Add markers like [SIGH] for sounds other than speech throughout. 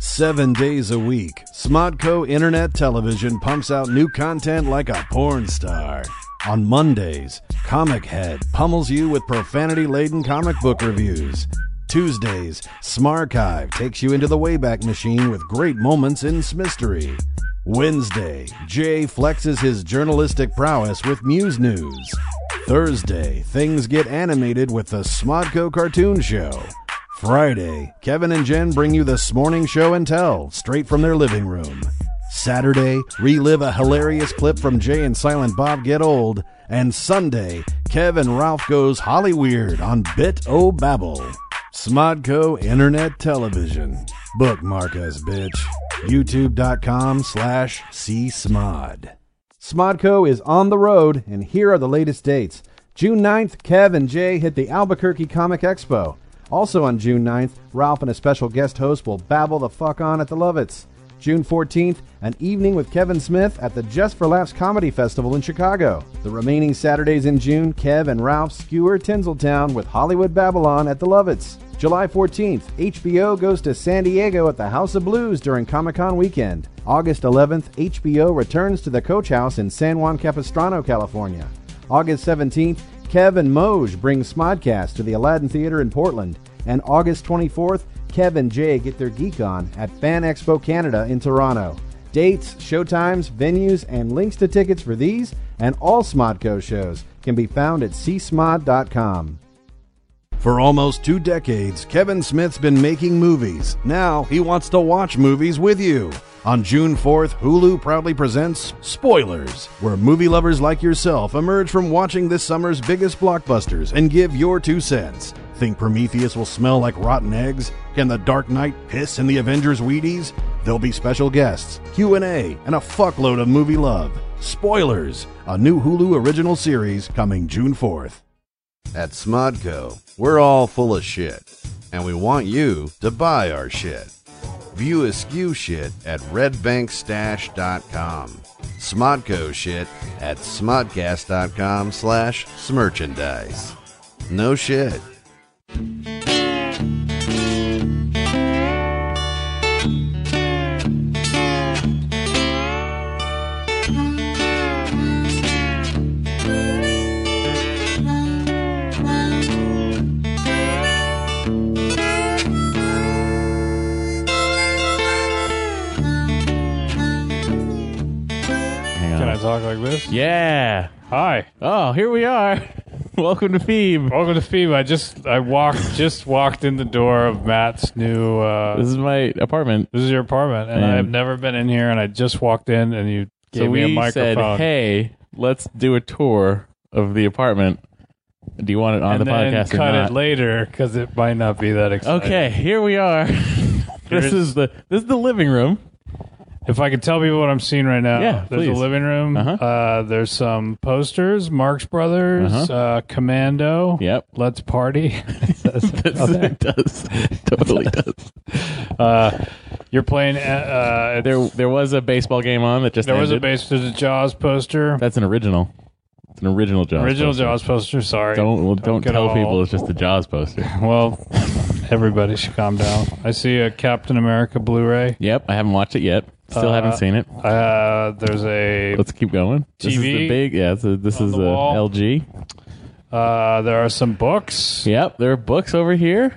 Seven days a week, Smodco Internet Television pumps out new content like a porn star. On Mondays, Comic Head pummels you with profanity laden comic book reviews. Tuesdays, Smarchive takes you into the Wayback Machine with great moments in Smystery. Wednesday, Jay flexes his journalistic prowess with Muse News. Thursday, things get animated with the Smodco Cartoon Show. Friday, Kevin and Jen bring you this morning show and tell straight from their living room. Saturday, relive a hilarious clip from Jay and Silent Bob Get Old. And Sunday, Kevin Ralph goes Holly Weird on Bit O Babble. Smodco Internet Television. Bookmark us, bitch. YouTube.com slash csmod. Smodco is on the road, and here are the latest dates. June 9th, Kev and Jay hit the Albuquerque Comic Expo. Also on June 9th, Ralph and a special guest host will babble the fuck on at the Lovitz. June 14th, an evening with Kevin Smith at the Just for Laughs Comedy Festival in Chicago. The remaining Saturdays in June, Kev and Ralph skewer Tinseltown with Hollywood Babylon at the Lovitz. July 14th, HBO goes to San Diego at the House of Blues during Comic Con weekend. August 11th, HBO returns to the Coach House in San Juan Capistrano, California. August 17th, Kevin Moj brings Smodcast to the Aladdin Theater in Portland. And August 24th, Kev and Jay get their geek on at Fan Expo Canada in Toronto. Dates, showtimes, venues, and links to tickets for these and all Smodco shows can be found at csmod.com. For almost two decades, Kevin Smith's been making movies. Now he wants to watch movies with you. On June 4th, Hulu proudly presents Spoilers, where movie lovers like yourself emerge from watching this summer's biggest blockbusters and give your two cents. Think Prometheus will smell like rotten eggs? Can the Dark Knight piss in the Avengers Wheaties? There'll be special guests, Q&A, and a fuckload of movie love. Spoilers, a new Hulu original series coming June 4th. At Smodco, we're all full of shit, and we want you to buy our shit. View askew shit at redbankstash.com. Smodco shit at smodcast.com slash smerchandise. No shit. Hang Can I on. talk like this? Uh-huh. Yeah. Hi. Oh, here we are. [LAUGHS] Welcome to Phoebe. Welcome to FEMA. I just [LAUGHS] I walked just walked in the door of Matt's new uh This is my apartment. this is your apartment and Man. I've never been in here and I just walked in and you gave so me we a microphone. said, "Hey, let's do a tour of the apartment. Do you want it on and the then podcast cut or it not?" later because it might not be that exciting. okay, here we are. [LAUGHS] this Here's- is the this is the living room. If I could tell people what I'm seeing right now, Yeah, there's please. a living room. Uh-huh. Uh, there's some posters, Marx Brothers, uh Uh-huh. Commando. Yep. [LAUGHS] Let's party. That's, it does [LAUGHS] totally does. uh, you're playing. uh, Uh, it's- There there was a baseball game on that just there was a ended. base. There's a Jaws poster. That's an original. It's an original Jaws. Original poster. Jaws poster. Sorry. Don't well, don't, get tell all- people it's just a Jaws poster. Well, everybody should calm down. I see a Captain America Blu-ray. Yep, I haven't watched it yet. Still haven't seen it. Uh, there's a. Let's keep going. This is the TV big yeah. This is, this is a the wall. LG. Uh, there are some books. Yep, there are books over here.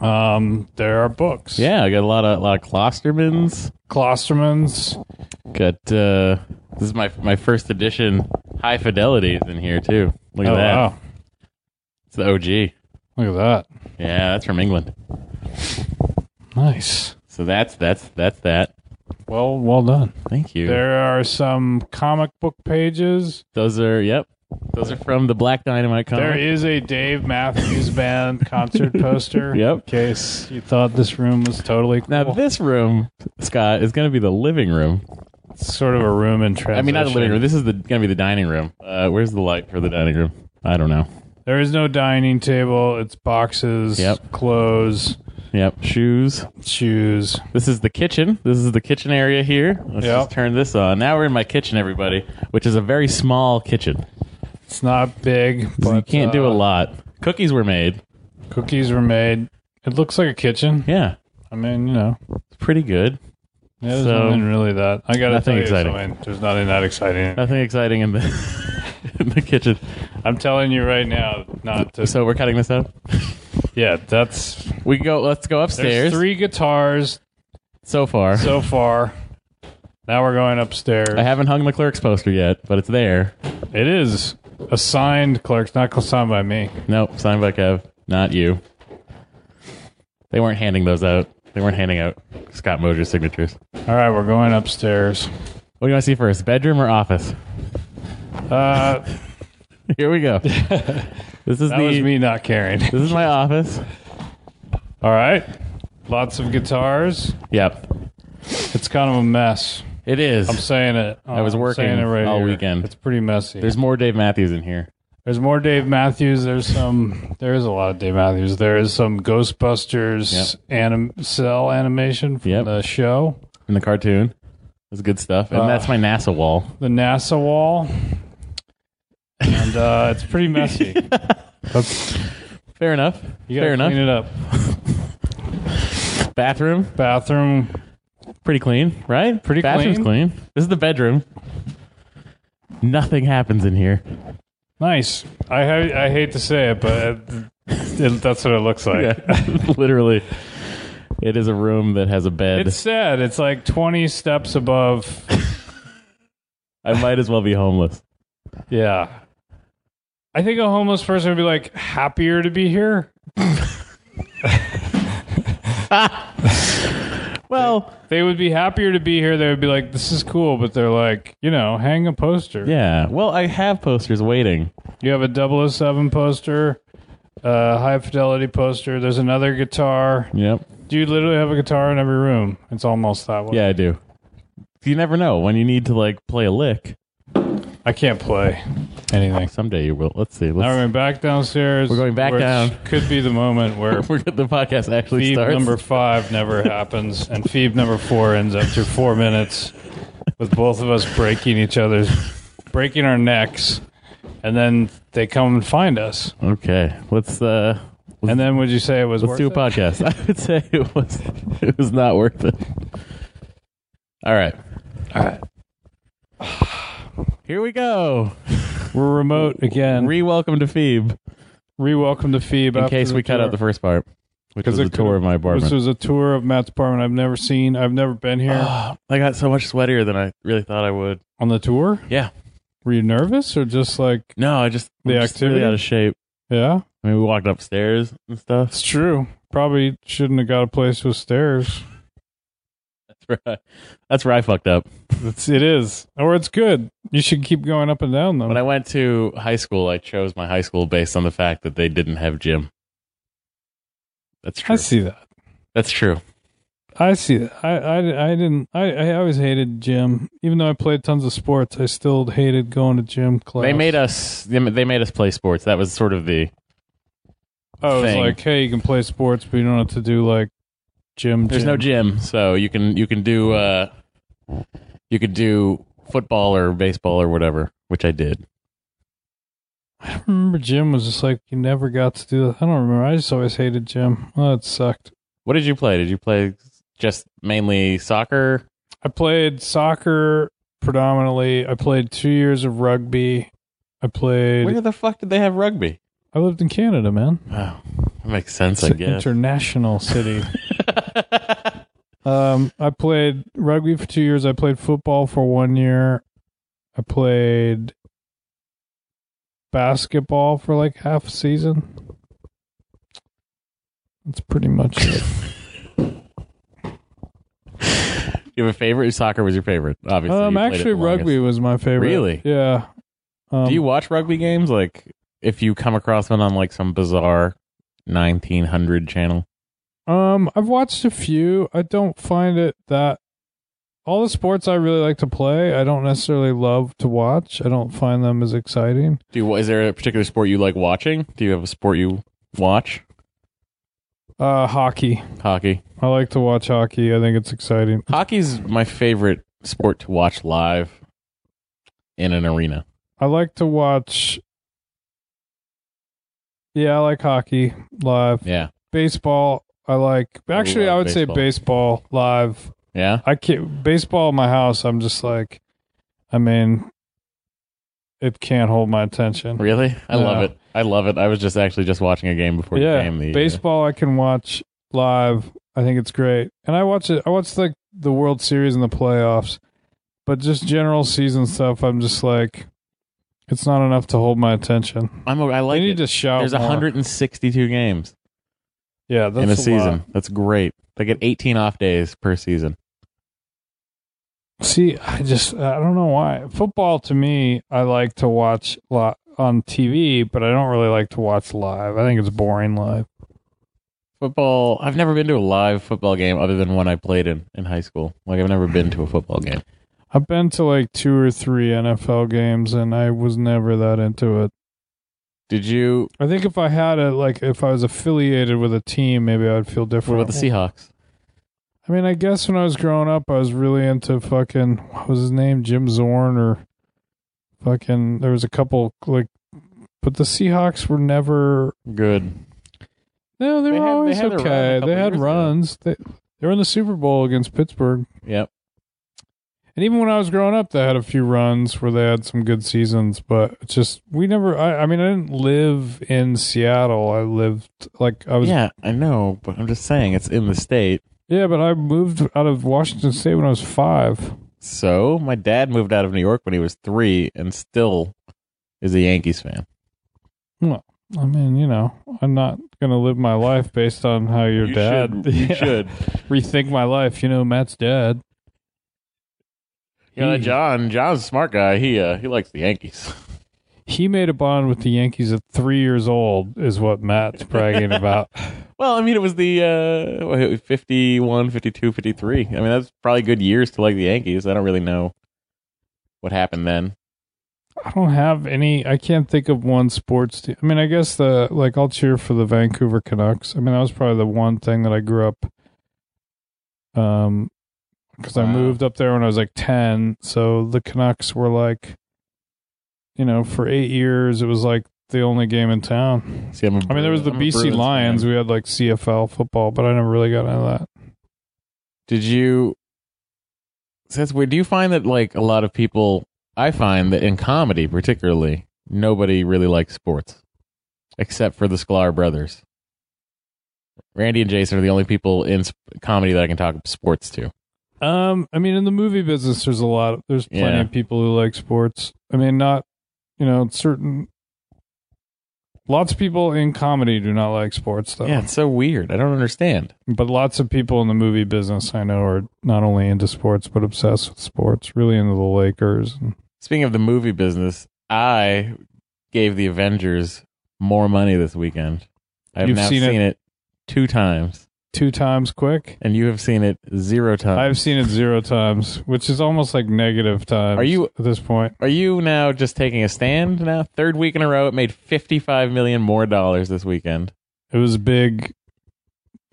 Um, there are books. Yeah, I got a lot of a lot of Klostermans. Klosterman's. Got uh, this is my my first edition High Fidelities in here too. Look at Oh, that. wow. It's the OG. Look at that. Yeah, that's from England. Nice. So that's that's that's that. Well, well done. Thank you. There are some comic book pages. Those are yep. Those are from the Black Dynamite comic. There is a Dave Matthews Band [LAUGHS] concert poster. Yep. In case you thought this room was totally cool. Now this room, Scott, is going to be the living room. it's sort of a room in transition. I mean, not the living room. This is the going to be the dining room. Uh, where's the light for the dining room? I don't know. There is no dining table. It's boxes, Yep. clothes, Yep. Shoes. shoes. This is the kitchen. This is the kitchen area here. Let's Yep. just turn this on. Now we're in my kitchen, everybody, which is a very small kitchen. It's not big, but you can't do uh, a lot. Cookies were made. Cookies were made. It looks like a kitchen. Yeah. I mean, you know, It's pretty good. Yeah, there's So- nothing really that. I gotta Nothing tell you exciting. something. There's nothing [LAUGHS] that exciting. Nothing exciting in the [LAUGHS] in the kitchen. I'm telling you right now, not to. So we're cutting this out. yeah, that's We go. Let's go there's upstairs. three guitars so far, so far. Now we're going upstairs. I haven't hung the clerk's poster yet, but it's there. it is assigned clerks, not signed by me. Nope, signed by Kev, not you. They weren't handing those out. They weren't handing out Scott Mosier's signatures. All right, we're going upstairs. What do you want to see first, bedroom or office? Uh, [LAUGHS] Here we go. this is that the was me not caring. [LAUGHS] this is my office. All right, lots of guitars. Yep, It's kind of a mess. it is. I'm saying it. I was working all weekend. It's pretty messy. There's more Dave Matthews in here. There's more Dave Matthews. There's some. There is a lot of Dave Matthews. There is some Ghostbusters anim, cell animation from Yep. the show. in the cartoon. That's good stuff. And Uh, that's my NASA wall. The NASA wall, and uh, it's pretty messy. That's- [LAUGHS] Fair enough. you gotta Fair enough. clean it up. Bathroom, Bathroom. pretty clean, right? Pretty Bathroom's clean. This is the bedroom. Nothing happens in [LAUGHS] here. Nice. I ha- I hate to say it, but it, it- that's what it [LAUGHS] looks like. Literally. It is a room that has a bed. It's sad. It's like 20 steps above. I might as well be homeless. Yeah. I think a homeless person would be like happier to be here. Well, They would be happier to be here. They would be like, this is cool, but they're like, you know, hang a poster. yeah. Well, I have posters waiting. You have a 007 poster, a high fidelity poster. There's another guitar. Yep. Do you literally have a guitar in every room? It's almost that way. Yeah, I do. You never know when you need to like play a lick. I can't play anything. Someday you will. Let's see. Let's, Now we're going back downstairs. We're going back down. Could be the moment where we're good. The podcast actually Phoebe starts. number five never happens, and Phoebe number four ends after four minutes with both of us breaking each other's, breaking our necks, and then they come and find us. okay. Let's uh And then would you say it was Let's worth do a it? podcast. [LAUGHS] I would say it was it was not worth it. All right. All right. Here we go. We're remote again. Re, Re welcome to Phoebe welcome to Phoebe. in case we cut out the first part, which was a tour of my This apartment. was a tour of Matt's apartment. I've never seen. I've never been [GASPS] here I got so much sweatier than I really thought I would. on the tour. Yeah. Were you nervous or just like No, I just The I'm just really activity? out of shape. yeah? I mean, we walked upstairs and stuff. It's true. Probably shouldn't have got a place with stairs. [LAUGHS] That's where I, that's where I fucked up. It's, it is, or it's good. You should keep going up and down When though. I went to high school, I chose my high school based on the fact that they didn't have gym. That's I true. see that. That's true. I see that. I, I, I didn't. I, I always hated gym. Even though I played tons of sports, I still hated going to gym class. They made us. They ma- they made us play sports. That was sort of the Oh, it was thing. like, hey, you can play sports, but you don't have to do like gym. there's no gym, so you can you can do uh, you could do football or baseball or whatever, which I did. I [LAUGHS] remember gym was just like you never got to do that. I don't remember. I just always hated gym. Oh, it sucked. What did you play? Did you play just mainly soccer? I played soccer predominantly. I played two years of rugby. I played. Where the fuck did they have rugby? I lived in Canada, man. Oh, that makes sense, I It's an guess. [LAUGHS] international city. Um, I played rugby for two years. I played football for one year. I played basketball for like half a season. That's pretty much it. you have a favorite? Soccer was your favorite, [LAUGHS] obviously. um, You played it actually, the longest. rugby was my favorite. Really? Yeah. Um, Do you watch rugby games? Like, if you come across one on like some bizarre 1900 channel, Um, I've watched a few. I don't find it that all the sports I really like to play, I don't necessarily love to watch. I don't find them as exciting. do you, is there a particular sport you like watching? Do you have a sport you watch? Uh, hockey. Hockey. I like to watch hockey. I think it's exciting. Hockey's my favorite sport to watch live in an arena. I like to watch. Yeah, I like hockey live. Yeah. Baseball, I like. But actually, love I would baseball. say baseball live. Yeah. I can't baseball in my house. I'm just like, I mean, it can't hold my attention. Really? I love No. it. I love it. I was just actually just watching a game before yeah, the game. The, uh, baseball I can watch live. I think it's great, and I watch it. I watch like the World Series and the playoffs, but just general season stuff. I'm just like, it's not enough to hold my attention. I'm. A, I I like need it. to shout. There's more. 162 games Yeah, that's in a, a season. lot. That's great. They get 18 off days per season. See, I just I don't know why football to me I like to watch lot on TV, but I don't really like to watch live. I think it's boring live. Football. I've never been to a live football game other than one I played in in high school. Like I've never been to a football game. I've been to like two or three NFL games, and I was never that into it. Did you? I think if I had a like, if I was affiliated with a team, maybe I'd feel What different. about the Seahawks? I mean, I guess when I was growing up, I was really into fucking what was his name, Jim Zorn, or fucking. There was a couple like, but the Seahawks were never. Good. No, they, They were had- they always had a run a okay. couple They had years ago. runs. They they were in the Super Bowl against Pittsburgh, Yep. and even when I was growing up, they had a few runs where they had some good seasons. But it's just we never. I, I mean, I didn't live in Seattle. I lived like I was yeah, I know, but I'm just saying it's in the state. Yeah, but I moved out of Washington State when I was five. So my dad moved out of New York when he was three, and still is a Yankees fan. I mean, you know, I'm not gonna live my life based on how your You dad [LAUGHS] should- you should. rethink my life. You know, Matt's dad. Yeah, He- John. John's a smart guy. He uh, he likes the Yankees. [LAUGHS] He made a bond with the Yankees at three years old, is what Matt's bragging about. Well, I mean, it was the uh, what, it was 51, 52, 53. I mean, that's probably good years to like the Yankees. I don't really know what happened then. I don't have any. I can't think of one sports team. I mean, I guess the like I'll cheer for the Vancouver Canucks. I mean, that was probably the one thing that I grew up. Um, because I Wow. moved up there when I was like ten, so the Canucks were like, you know, for eight years it was like the only game in town. See, I'm a I mean, there was the Bru- I'm a BC Bruins Lions. fan. We had like CFL football, but I never really got into that. Did you? so That's weird. Do you find that like a lot of people? I find that in comedy, particularly, nobody really likes sports, except for the Sklar brothers. Randy and Jason are the only people in sp- comedy that I can talk sports to. Um, I mean, in the movie business, there's a lot. Of, there's plenty Yeah. of people who like sports. I mean, not you know certain. Lots of people in comedy do not like sports, though. Yeah, it's so weird. I don't understand. But lots of people in the movie business I know are not only into sports but obsessed with sports. Really into the Lakers. And Speaking of the movie business, I gave the Avengers more money this weekend. I've You've now seen seen, it- it. two times, two times quick. and you have seen it zero times. I've seen it zero times, which is almost like negative times. Are you- at this point? Are you now just taking a stand now? Third week in a row, it made fifty-five million more dollars this weekend. It was big.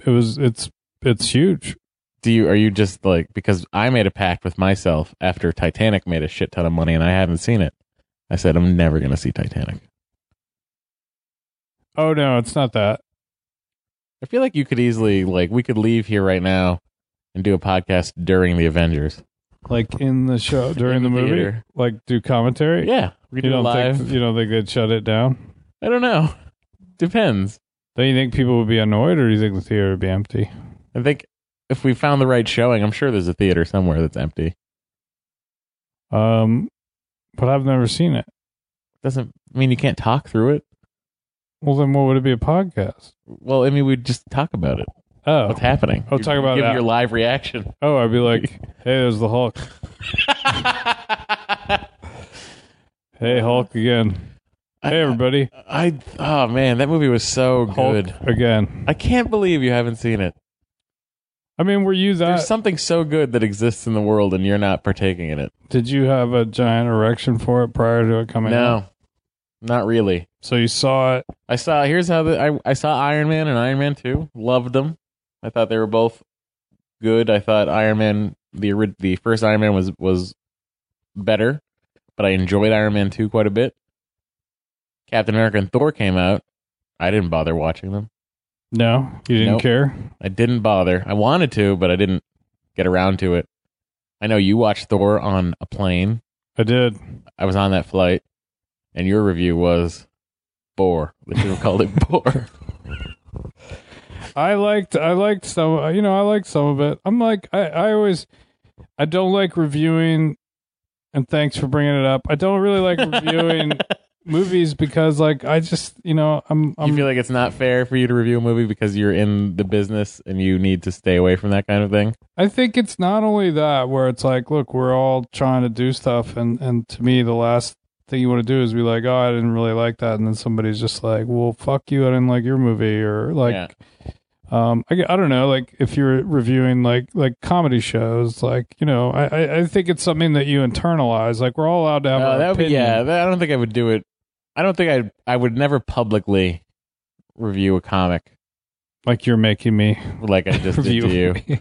It was. It's. It's huge. Do you? Are you just like because I made a pact with myself after Titanic made a shit ton of money and I haven't seen it. I said I'm never gonna see Titanic. Oh no, it's not that. I feel like you could easily like we could leave here right now and do a podcast during the Avengers. like in the show during In the the movie, theater. like do commentary. Yeah, we could you do it don't live. think you don't think they'd shut it down? I don't know. Depends. Don't you think people would be annoyed, or do you think the theater would be empty? I think if we found the right showing, I'm sure there's a theater somewhere that's empty. Um, but I've never seen it. Doesn't mean you can't talk through it. Well, then what would it be a podcast? Well, I mean, we'd just talk about it. Oh, What's happening? Oh, talk You about give that. your live [LAUGHS] reaction. oh, I'd be like, hey, there's the Hulk. Hey, Uh-huh. Hulk again. Hey, everybody, I oh man, that movie was so Hulk good. again. I can't believe you haven't seen it. I mean, were you that? There's something so good that exists in the world, and you're not partaking in it. did you have a giant erection for it prior to it coming out? No, not really. So you saw it. I saw. Here's how the I I saw Iron Man and Iron Man Two. Loved them. I thought they were both good. I thought Iron Man the ori- the first Iron Man was was better, but I enjoyed Iron Man Two quite a bit. Captain America and Thor came out. I didn't bother watching them. No, you didn't Nope. care. I didn't bother. I wanted to, but I didn't get around to it. I know you watched Thor on a plane. I did. I was on that flight, and your review was bore. They [LAUGHS] should have called it bore. I liked. I liked some. uh, You know, I liked some of it. I'm like, I, I always, I don't like reviewing. And thanks for bringing it up. I don't really like reviewing movies because, like, I just, you know, I'm, I'm you feel like it's not fair for you to review a movie because you're in the business and you need to stay away from that kind of thing. I think it's not only that where it's like, look, we're all trying to do stuff, and and to me, the last thing you want to do is be like, oh, I didn't really like that, and then somebody's just like, well, fuck you, I didn't like your movie, or like, Yeah. um, I, I don't know, like if you're reviewing like like comedy shows, like you know, I I, I think it's something that you internalize. Like we're all allowed to have. Uh, our that would be, opinion. yeah, that, I don't think I would do it. I don't think I I would never publicly review a comic Like you're making me like I just did review. to you.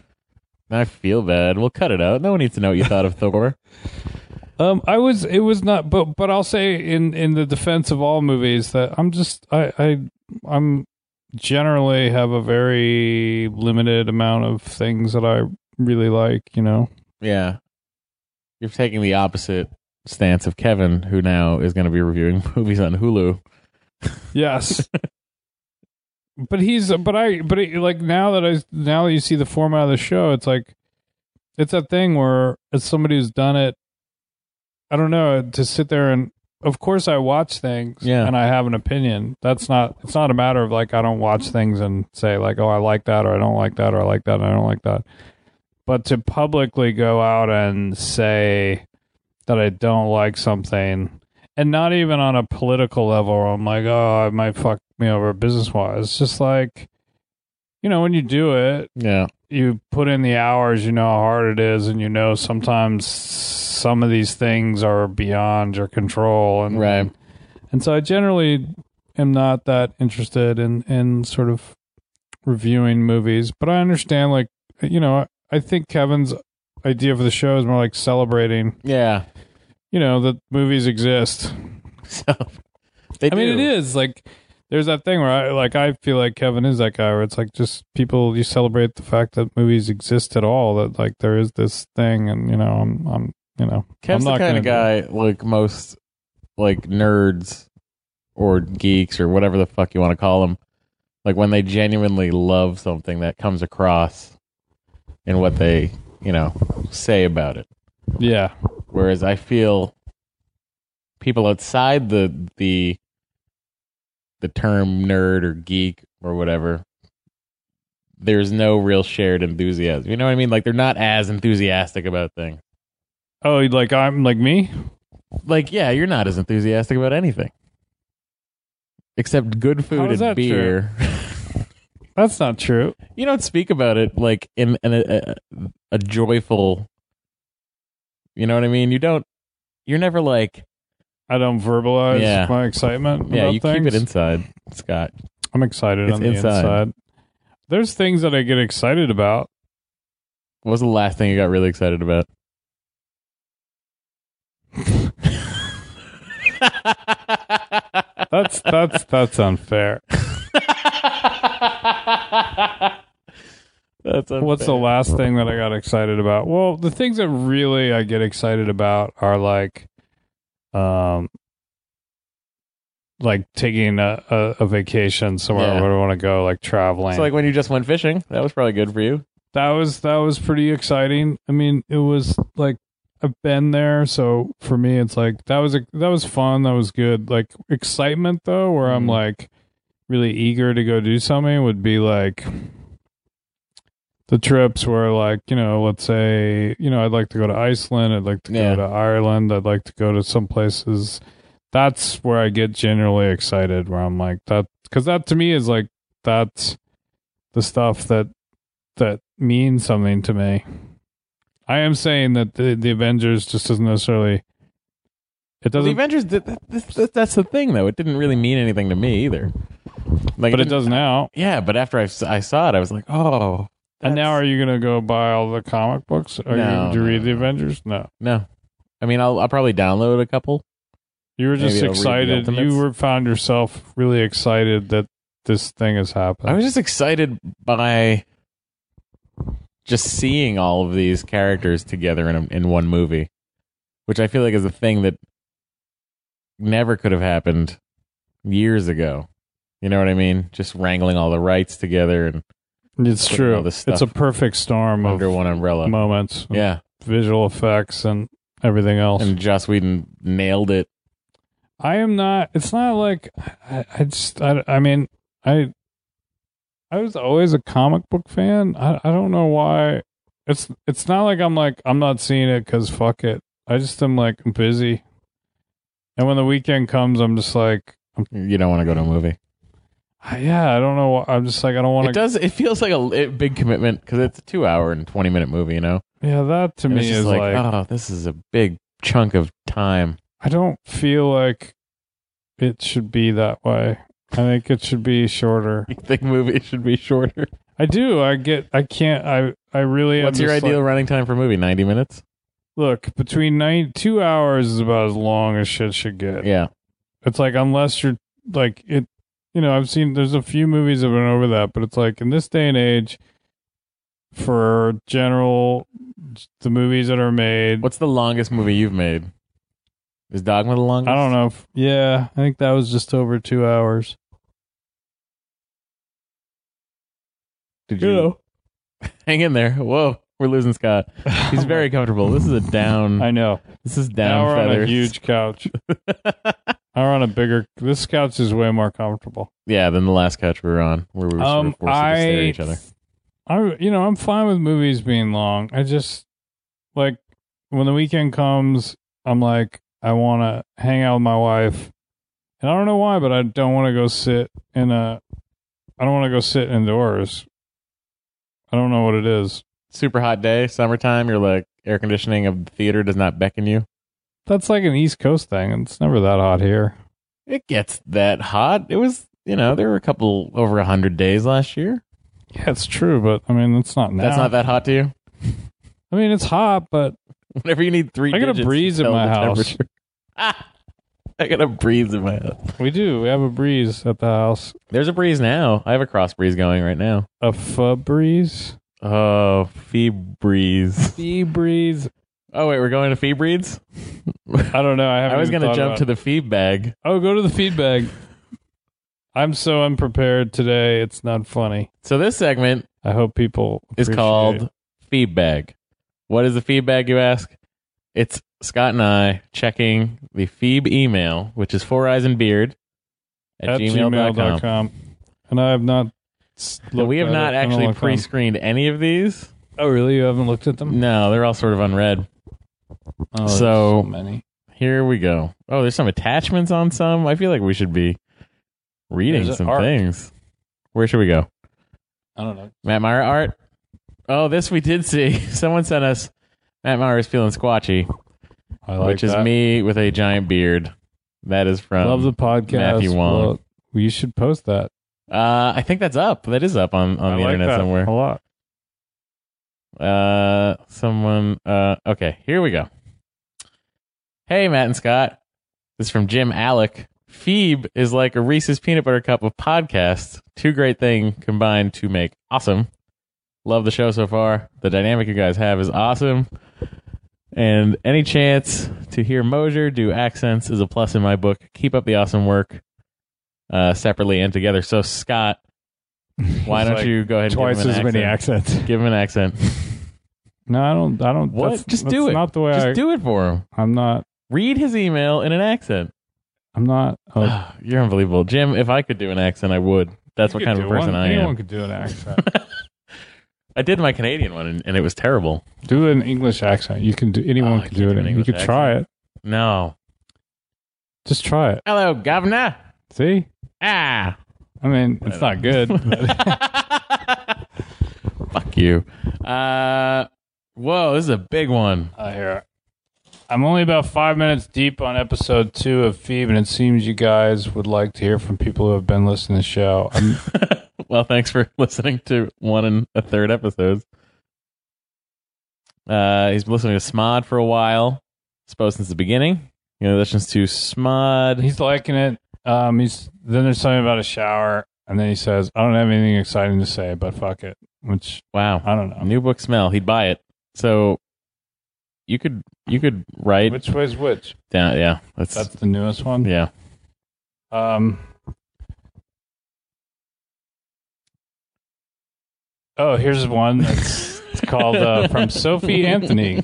I feel bad. We'll cut it out. No one needs to know what you thought of Thor. Um, I was it was not, but but I'll say in in the defense of all movies that I'm just I I I'm generally have a very limited amount of things that I really like. You know, [LAUGHS] Yeah. You're taking the opposite stance of Kevin, who now is going to be reviewing [LAUGHS] movies on Hulu. yes. [LAUGHS] but he's but I but it, like now that I now that you see the format of the show, it's like it's that thing where as somebody who's done it, I don't know to sit there and. Of course, I watch things, Yeah. and I have an opinion. That's not. It's not a matter of like I don't watch things and say like, oh, I like that or I don't like that or I like that and I don't like that. But to publicly go out and say that I don't like something, and not even on a political level where I'm like, oh, it might fuck me over business wise. It's just like, you know, when you do it, Yeah. you put in the hours, you know how hard it is, and you know sometimes some of these things are beyond your control. And Right. and so I generally am not that interested in in sort of reviewing movies, but I understand like you know, I think Kevin's idea for the show is more like celebrating, Yeah. [LAUGHS] you know, that movies exist. So they I mean, it do. is like there's that thing where I like I feel like Kevin is that guy where it's like just people you celebrate the fact that movies exist at all that like there is this thing and you know I'm I'm you know Kev's I'm the not kind of gonna guy like most like nerds or geeks or whatever the fuck you want to call them. Like when they genuinely love something that comes across in what they, you know, say about it. do- yeah Whereas I feel people outside the the the term nerd or geek or whatever, there's no real shared enthusiasm. You know what I mean? Like they're not as enthusiastic about things. oh like I'm like me Like, yeah, you're not as enthusiastic about anything. Except good How food is and that true? beer. [LAUGHS] that's not true you don't speak about it like in, in a, a, a joyful you know what i mean you don't you're never like I don't verbalize Yeah. my excitement yeah about you things keep it inside scott I'm excited It's on the inside. inside. there's things that I get excited about what was the last thing you got really excited [LAUGHS] about [LAUGHS] that's that's that's unfair that's unfair. What's the last thing that I got excited about? Well, the things that really I get excited about are like, um, like taking a, a, a vacation somewhere Yeah. where I want to go, like traveling. so like when you just went fishing that was probably good for you that was that was pretty exciting. I mean, it was like I've been there, so for me, it's like that was a, that was fun. That was good. Like excitement though, where I'm Mhm. like really eager to go do something would be like the trips where like you know let's say you know i'd like to go to iceland i'd like to Yeah. go to ireland i'd like to go to some places that's where i get generally excited where i'm like that because that to me is like that's the stuff that that means something to me i am saying that the, the avengers just doesn't necessarily it Well, the doesn't Avengers did that, this, this, that's the thing though. It didn't really mean anything to me either. Like, but it didn't- does now Yeah, but after I, s- I saw it, I was like, oh and now that's- are you going to go buy all the comic books are No, you do you no, read no, the no. avengers no no. I mean, I'll, I'll probably download a couple. You were just Maybe I'll read the excited. You Ultimates. were found yourself really excited that this thing has happened. I was just excited by just seeing all of these characters together in a, in one movie, which I feel like is a thing that never could have happened years ago. You know what I mean? Just wrangling all the rights together and it's putting true. all this stuff It's a perfect storm of under one umbrella. moments, and Yeah, visual effects, and everything else. and Joss Whedon nailed it. I am not. It's not like I, I just. I, I mean, I. I was always a comic book fan. I, I don't know why. It's it's not like I'm like I'm not seeing it because fuck it. I just am like busy, and when the weekend comes, I'm just like, You don't want to go to a movie. "Ah, yeah, I don't know. why- I'm just like I don't want it to. does. It feels like a li- big commitment because it's a two-hour and twenty-minute movie. You know, Yeah, that to And me it's just is like, oh, this is a big chunk of time. [LAUGHS] I don't feel like it should be that way. I think it should be shorter. You think movies should be shorter? I do. I get. I can't. I. I really. am What's your just like- ideal running time for a movie? Ninety minutes. Look, between nine two hours is about as long as shit should get. Yeah, It's like unless you're like it you know, I've seen there's a few movies that went over that, but it's like in this day and age for general the movies that are made What's the longest movie you've made? Is Dogma the longest? I don't know if yeah, I think that was just over two hours. Did you hang in there? Whoa, we're losing Scott. [LAUGHS] He's very comfortable. This is a down. I know. this is now Mm. down we're on a feathers. huge couch. [LAUGHS] now we're on a bigger this couch is way more comfortable. yeah, than the last couch we were on, where we were sort Um, of forced to stare at I- each other. I you know I'm fine with movies being long. I just like when the weekend comes, I'm like I want to hang out with my wife, and I don't know why, but I don't want to go sit in a. I don't want to go sit indoors. I don't know what it is. Super hot day, summertime. You're like air conditioning of the theater does not beckon you. That's like an East Coast thing. and It's never that hot here. It gets that hot. It was, you know, there were a couple over a hundred days last year. Yeah, it's true, but I mean, it's not now. That's not that hot to you. [LAUGHS] I mean, it's hot, but Whenever you need three, I got a digits to breeze in tell my the house. temperature. [LAUGHS] Ah, I got a breeze in my house. we do. We have a breeze at the house. There's a breeze now. I have a cross breeze going right now. A pho breeze, Oh, fee breeze. [LAUGHS] sea breeze. Oh wait, we're going to fee [LAUGHS] breeds. [LAUGHS] I don't know. I, haven't I was even gonna thought jump about to the fee bag. Oh, go to the feedback. I'm so unprepared today. It's not funny. So this segment I hope people. is appreciate it. called feedback. What is the feedback, you ask? It's Scott and I checking the Phoebe email, which is four eyes and beard at, at gmail.com. gmail.com. And I have not. s- So we looked have not at it um, in a actually long time. pre screened any of these. Oh, really? You haven't looked at them? No, they're all sort of unread. Oh, there's Mm, So- many. Here we go. Oh, there's some attachments on some. I feel like we should be reading There's some art. things. Where should we go? I don't know. Matt Meyer art. Oh, this we did see. [LAUGHS] Someone sent us Matt Meyer is feeling squatchy, I like which is that. me with a giant beard. That is from. Love the podcast. Matthew Wong. Well, you should post that uh, I think that's up. That is up on, on I the like internet that somewhere. A lot. Uh, someone. Uh, okay, here we go. Hey, Matt and Scott. This is from Jim Alec. Phoebe is like a Reese's peanut butter cup of podcasts. Two great thing combined to make awesome. Love the show so far. The dynamic you guys have is awesome. And any chance to hear Mosier do accents is a plus in my book. Keep up the awesome work, uh, separately and together. So [LAUGHS] Scott, why It's don't like you go ahead and twice give him as an many accent. accents. Give him an accent. [LAUGHS] No, I don't. I don't. What? that's- Just that's do it. Not the way Just I. do it for him. I'm not. Read his email in an [SIGHS] accent. I'm not. [SIGHS] Oh, You're unbelievable, Jim. If I could do an accent, I would. That's you what could kind of a do person one. I Anyone am. could do an accent. I did my Canadian one, and, and it was terrible. [LAUGHS] Do an English accent. You can do anyone Oh, I can can't do do it. an You English could try it. No. Just try it. Hello, governor. See? [LAUGHS] Ah. [LAUGHS] I mean, it's not good. but- Fuck you. Uh, whoa, this is a big one. I hear it. I'm only about five minutes deep on episode two of Phoebe, and it seems you guys would like to hear from people who have been listening to the show. I'm, well, thanks for [LAUGHS] listening to one and a third episodes. Uh, he's been listening to Smod for a while, I suppose since the beginning. You know, listens to Smod. he's liking it. Um, he's then there's something about a shower. And then he says, I don't have anything exciting to say, but fuck it. Which Wow. I don't know. New book smell. He'd buy it. So you could you could write Which way's which? down. Yeah. That's, That's the newest one. yeah. Um. Oh, here's [LAUGHS] one that's it's called uh, from Sophie Anthony.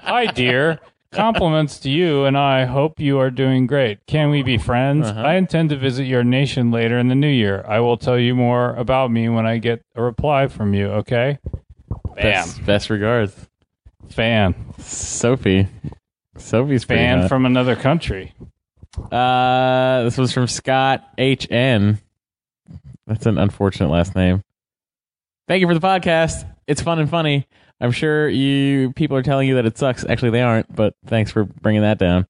Hi, dear. Compliments to you, and I hope you are doing great. Can we be friends? Uh-huh. I intend to visit your nation later in the new year. I will tell you more about me when I get a reply from you. Okay? Bam, Best, best regards, fan, Sophie. Sophie's pretty fan hot. from another country. Uh, this was from Scott H N. That's an unfortunate last name. Thank you for the podcast. It's fun and funny. I'm sure you people are telling you that it sucks. Actually, they aren't. But thanks for bringing that down.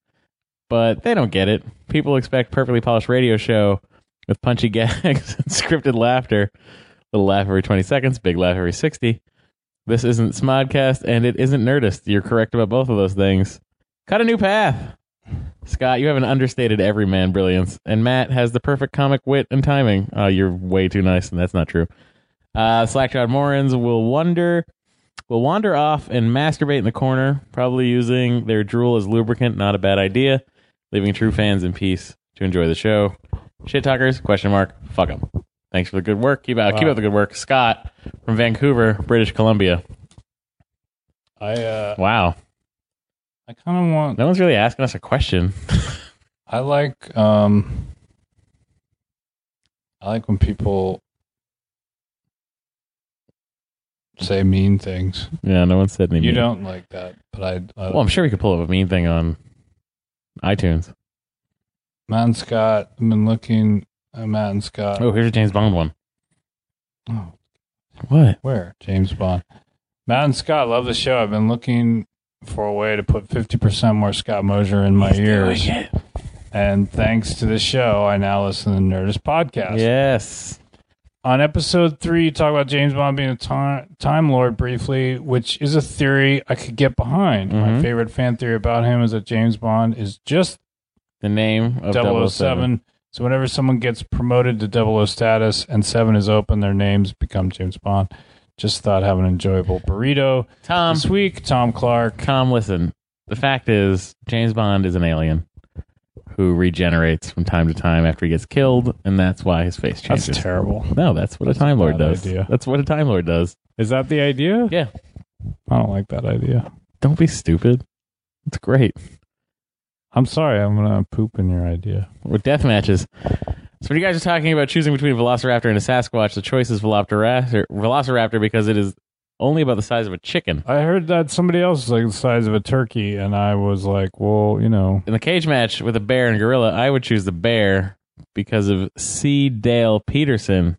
But they don't get it. People expect perfectly polished radio show with punchy [LAUGHS] gags and scripted laughter. Little laugh every 20 seconds, big laugh every 60. This isn't Smodcast and it isn't Nerdist. You're correct about both of those things. Cut a new path. Scott, you have an understated everyman brilliance, and Matt has the perfect comic wit and timing. Oh, you're way too nice, and that's not true. Uh, Slackjawed Morons will wonder, will wander off and masturbate in the corner, probably using their drool as lubricant. Not a bad idea. Leaving true fans in peace to enjoy the show. Shit talkers? Question mark. Fuck them. Thanks for the good work. Keep out. Keep Wow. up the good work, Scott from Vancouver, British Columbia. I uh, Wow, I kind of want. no one's really asking us a question. I like um I like when people say mean things. yeah, no one said anything. You don't like that, but I, I Well, I'm sure we could pull up a mean thing on iTunes. Matt and Scott, I've been looking at Matt and Scott. Oh, here's a James Bond one. Oh, What? where? James Bond. Matt and Scott love the show. I've been looking for a way to put 50% more Scott Mosier in my ears. And thanks to the show, I now listen to the Nerdist podcast. Yes. On episode three, you talk about James Bond being a time, time lord briefly, which is a theory I could get behind. My Mhm. favorite fan theory about him is that James Bond is just The name of 007. 007. So whenever someone gets promoted to 00 status and seven is open, their names become James Bond. Just thought have an enjoyable burrito Tom, this week. Tom Clark. Tom, listen. The fact is, James Bond is an alien who regenerates from time to time after he gets killed, and that's why his face That's changes. terrible. no, that's what a Time Lord bad does. idea. That's what a Time Lord does. Is that the idea? Yeah. I don't like that idea. Don't be stupid. It's great. I'm sorry. I'm gonna poop in your idea. with death matches. So when you guys are talking about choosing between a Velociraptor and a Sasquatch, the choice is Velociraptor, Velociraptor because it is only about the size of a chicken. I heard that somebody else is like the size of a turkey, and I was like, well, you know, In the cage match with a bear and gorilla, I would choose the bear because of C. Dale Peterson.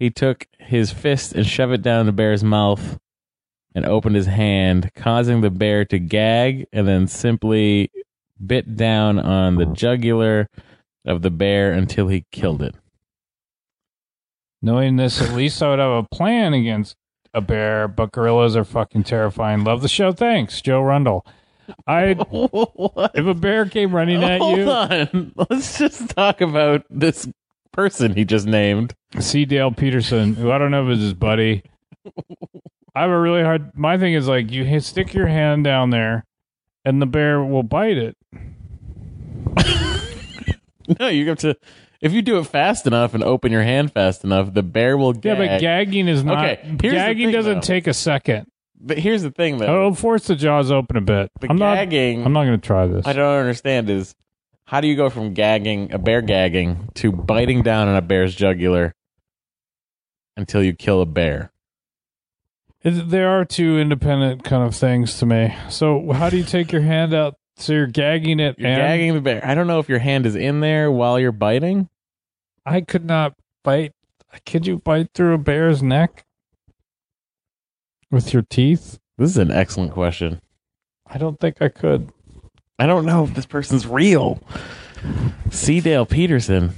He took his fist and shoved it down the bear's mouth and opened his hand, causing the bear to gag and then simply bit down on the jugular of the bear until he killed it. [LAUGHS] knowing this, at least I would have a plan against a bear. But gorillas are fucking terrifying. Love the show. Thanks, Joe Rundle. [LAUGHS] I what? if a bear came running at Hold you, on. Let's just talk about this person he just named. [LAUGHS] see Dale Peterson, who I don't know if is his buddy. I have a really hard. My thing is like you hit- stick your hand down there, and the bear will bite it. No, you have to. If you do it fast enough and open your hand fast enough, the bear will Yeah, gag. but gagging is not. Okay, here's the gagging thing, doesn't though. take a second. But here's the thing, though. It'll force the jaws open a bit. the Oh, I'm not. gagging. I'm not going to try this. I don't understand is how do you go from gagging a bear gagging to biting down on a bear's jugular until you kill a bear? It, there are two independent kind of things to me. So how do you take your hand out? So you're gagging it. You're and gagging the bear. I don't know if your hand is in there while you're biting. I could not bite. Could you bite through a bear's neck with your teeth? This is an excellent question. I don't think I could. I don't know if this person's real. C. Dale Peterson.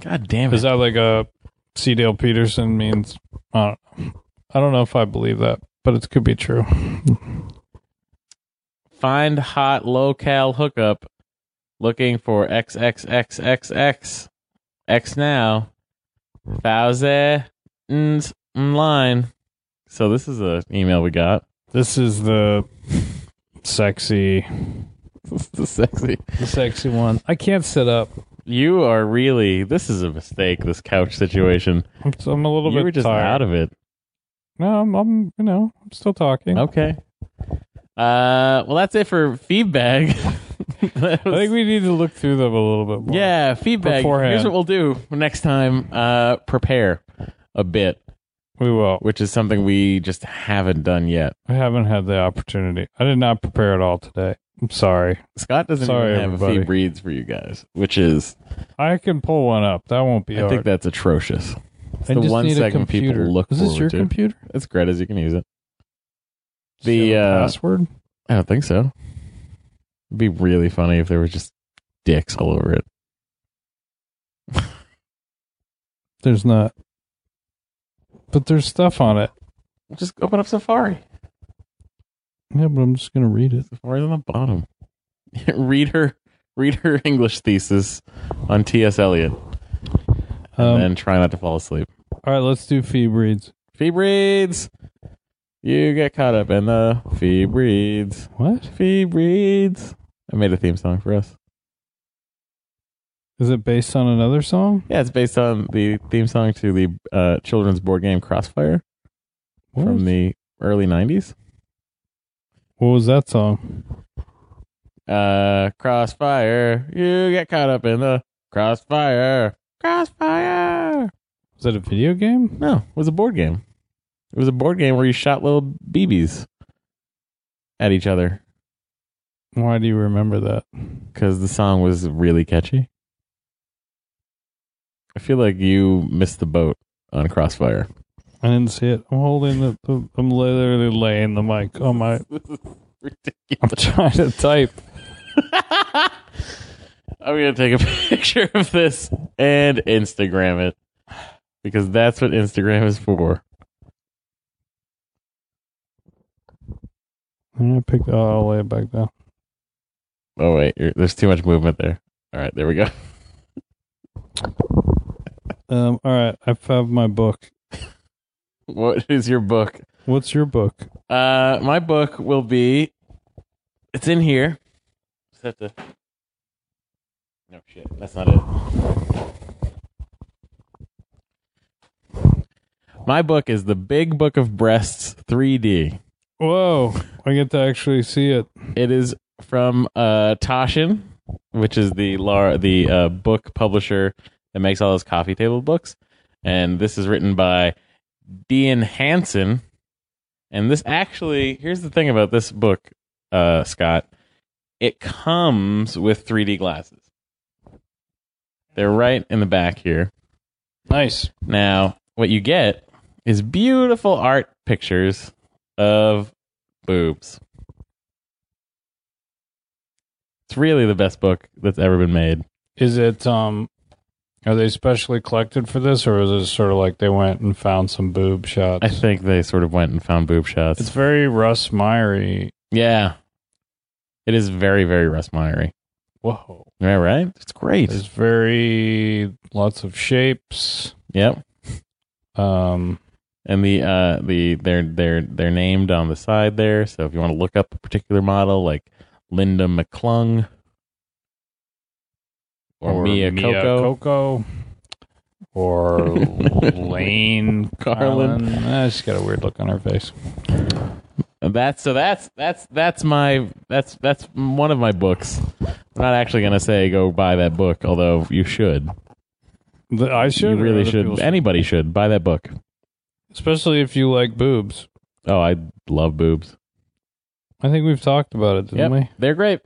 God damn Is it. that like a C. Dale Peterson means? I don't, I don't know if I believe that, but it could be true. Find hot locale hookup looking for XXXXX. X now. Thousand line. So this is an email we got. This is the sexy, [LAUGHS] This is the sexy. the sexy one. I can't sit up. You are really. This is a mistake. This couch situation. I'm, I'm a little you bit were just tired. out of it. No, I'm, I'm, you know, I'm still talking. Okay. Uh, well, that's it for feedback. [LAUGHS] That I was- think we need to look through them a little bit more. yeah, feedback. Beforehand. Here's what we'll do next time. Uh, prepare a bit, we will. which is something we just haven't done yet. I haven't had the opportunity. I did not prepare at all today. I'm soree. Scott doesn't Sorry, even have a everybody. few breeds for you guys, which is I can pull one up. That won't be I hard. think that's atrocious. It's the just one need a segment people computer. look Is this forward your to. computer? It's great as you can use it. Does it The, have a uh, password. I don't think so. It'd be really funny if there were just dicks all over it. There's not. But there's stuff on it. Just open up Safari. Yeah, but I'm just gonna read it. Safari's on the bottom. [LAUGHS] read her, read her English thesis on T.S. Eliot, and Um, then try not to fall asleep. all right, let's do fee breeds. Fee breeds. You get caught up in the fee breeds. What Fee breeds. I made a theme song for us. is it based on? Another song? Yeah, it's based on the theme song to the uh, children's board game Crossfire What? from the early '90s. what was that song? Uh, Crossfire. You get caught up in the Crossfire. Crossfire. Was that a video game? No, it was a board game. It was a board game where you shot little BBs at each other Why do you remember that? because the song was really catchy. I feel like you missed the boat on [LAUGHS] Crossfire. I didn't see it. I'm holding the. the I'm literally laying the mic on [LAUGHS] my. I'm Ridiculous. trying to type. I'm gonna take a [LAUGHS] picture of this and Instagram it because that's what Instagram is for. I'm gonna pick. Oh, I'll lay it back down. Oh wait, you're, there's too much movement there. All right, there we go. [LAUGHS] Um. All right. I have my book. What is your book? What's your book? Uh, my book will be. It's in here. Just have to. No shit, that's not it. My book is the Big Book of Breasts 3D. Whoa! I get to actually see it. It is from uh, Toshin, which is the lar- the uh, book publisher that makes all those coffee table books, and this is written by Dean Hansen. And this actually, here's the thing about this book, uh, Scott. It comes with 3D glasses. They're right in the back here. Nice. Now, what you get is beautiful art pictures of boobs. It's really the best book that's ever been made. Is it um are they specially collected for this or is it sort of like they went and found some boob shots? I think they sort of went and found boob shots. it's very Russ Myery. yeah. It is very, very Russ Meyery. Whoa. Am I right? It's great. It's very lots of shapes. yep. Um And the uh the they're they're they're named on the side there. So if you want to look up a particular model like Linda McClung or, Mia, Coco. Coco. [LAUGHS] Or Lane Carlin. Carlin. Ah, she's got a weird look on her face. And That's so that's that's that's my that's that's one of my books. I'm not actually gonna say go buy that book, although you should. The- I should you or really other should. people Anybody should buy that book. especially if you like boobs. Oh, I love boobs. I think we've talked about it, Yep. didn't we? They're great.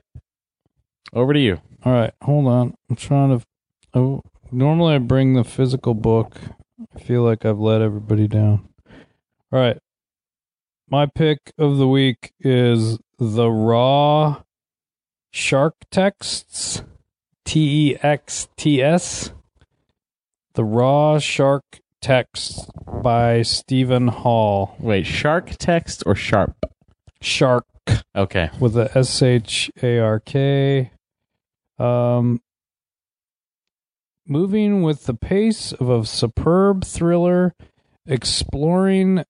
Over to you. All right, hold on. I'm trying to. Oh, normally I bring the physical book. I feel like I've let everybody down. All right, my pick of the week is the Raw Shark Texts, T E X T S, the Raw Shark Texts by Stephen Hall. Wait, shark text or sharp? Shark Okay. with a S H A R K. Um, moving with the pace of a superb thriller, exploring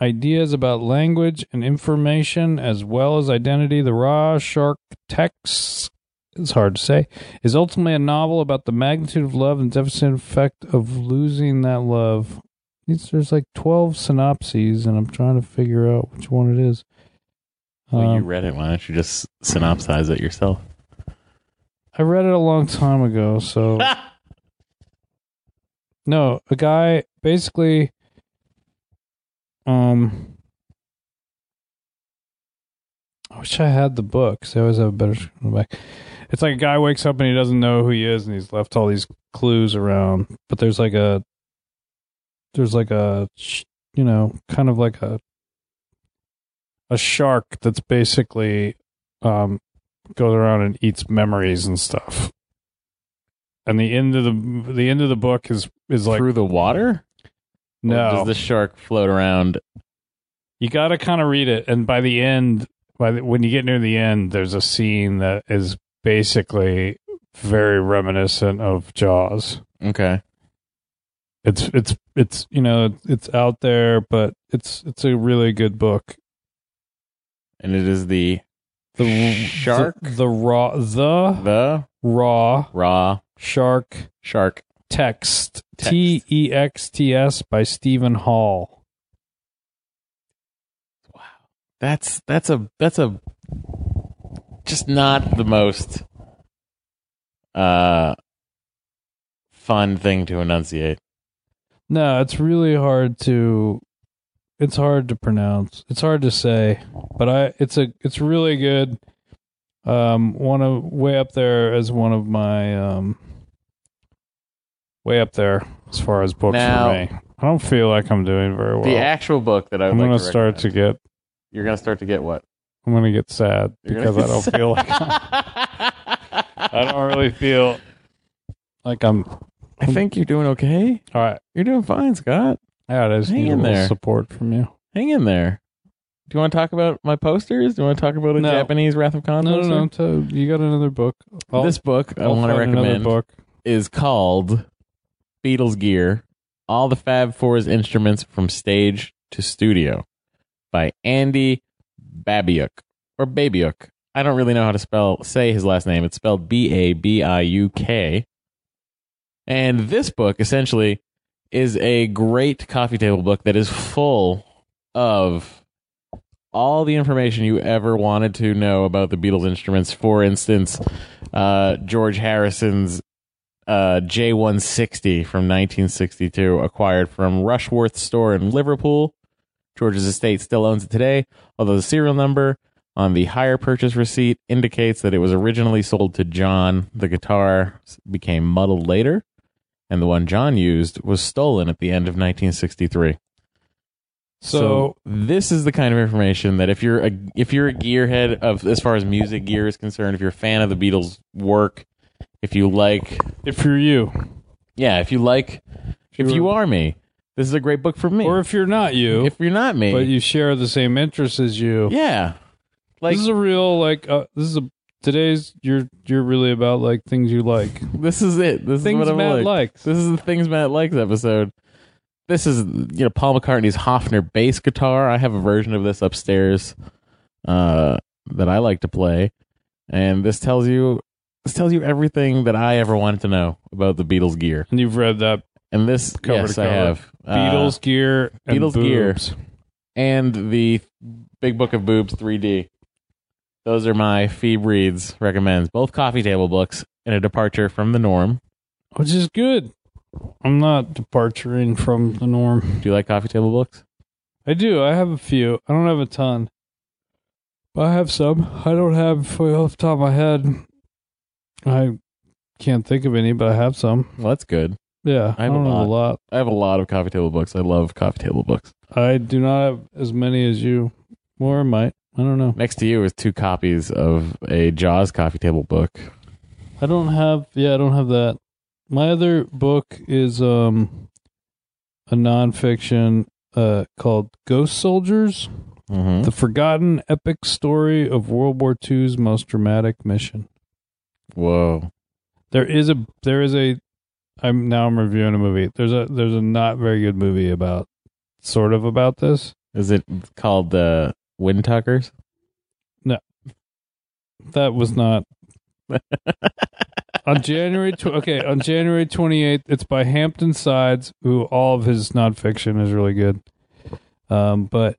ideas about language and information as well as identity. The Raw Shark Text, it's hard to say, is ultimately a novel about the magnitude of love and devastating effect of losing that love. These- There's like 12 synopses, and I'm trying to figure out which one it is. Well, you Um, read it. Why don't you just synopsize it yourself? I read it a long time ago, so no, a guy basically um I wish I had the book 'cause I always have a better script in the back. It's like a guy wakes up and he doesn't know who he is and he's left all these clues around, but there's like a there's like a sh- you know, kind of like a a shark that's basically um goes around and eats memories and stuff. And the end of the the end of the book is is like Through the water? Or no. does the shark float around? you got to kind of read it, and by the end, by the, when you get near the end, there's a scene that is basically very reminiscent of Jaws. Okay. It's it's it's you know it's out there, but it's it's a really good book. And it is the The Shark? the, the raw the the raw raw shark shark. Text. Text. T E X T S by Stephen Hall. That's that's a that's a just not the most uh fun thing to enunciate. No, it's really hard to it's hard to pronounce. It's hard to say, but I it's a it's really good. Um one of way up there as one of my um way up there as far as books Now- for me. I don't feel like I'm doing very well. the actual book that I would I'm like gonna to start to recommend. get You're gonna start to get [LAUGHS] what? I'm gonna get sad You're because I gonna- [LAUGHS] don't feel like I I don't really feel like I'm I think you're doing okay. all right. You're doing fine, Scott. Yeah, I just Hang need a in little there. support from you. Hang in there. Do you want to talk about my posters? Do you want to talk about a No. Japanese Wrath of Khan No, poster? no, no. To, you got another book. I'll- this book i I'll want to find another recommend book. is called Beatles Gear: All the Fab Four's Instruments from Stage to Studio by Andy Babiuk or Babiuk. I don't really know how to spell say his last name. It's spelled B A B I U K. And this book essentially is a great coffee table book that is full of all the information you ever wanted to know about the Beatles instruments. For instance, uh, George Harrison's uh, J160 from 1962, acquired from Rushworth Store in Liverpool. George's estate still owns it today, although the serial number on the higher purchase receipt indicates that it was originally sold to John. The guitar s- became muddled later, and the one John used was stolen at the end of 1963. So, this is the kind of information that if you're a if you're a gearhead of as far as music gear is concerned, if you're a fan of the Beatles' work, if you like if you're you, yeah, if you like, if Sure. you are me, this is a great book for me. or if you're not you, if you're not me, but you share the same interests as you, yeah, like this is a real like. Uh, this is a today's. You're you're really about like things you like, this is it. This things is what I'm Matt like. likes. This is the things Matt likes episode. This is you know Paul McCartney's Hofner bass guitar. I have a version of this upstairs uh, that I like to play, and this tells you this tells you everything that I ever wanted to know about the Beatles gear. And you've read that And this, Cover to yes, I cover. have Uh, Beatles gear, and Beatles gear. boobs. and the Big Book of Boobs 3D. Those are my Phoebe Reads recommends, both coffee table books and a departure from the norm. which is good. I'm not departuring from the norm. Do you like coffee table books? I do. I have a few. I don't have a ton. But I have some. I don't have off the top of my head. I can't think of any, but I have some. Well, that's good. Yeah, I have don't a have a lot. I have a lot of coffee table books. I love coffee table books. I do not have as many as you, or I might. I don't know. Next to you is two copies of a Jaws coffee table book. I don't have. Yeah, I don't have that. My other book is um a nonfiction uh called Ghost Soldiers: hmm The Forgotten Epic Story of World War II's Most Dramatic Mission. Whoa. There is a there is a I'm now I'm reviewing a movie. There's a there's a not very good movie about sort of about this. Is it called the Wind Tuckers? That was not on January. Tw- okay, on January 28th, it's by Hampton Sides, who all of his nonfiction is really good. Um, but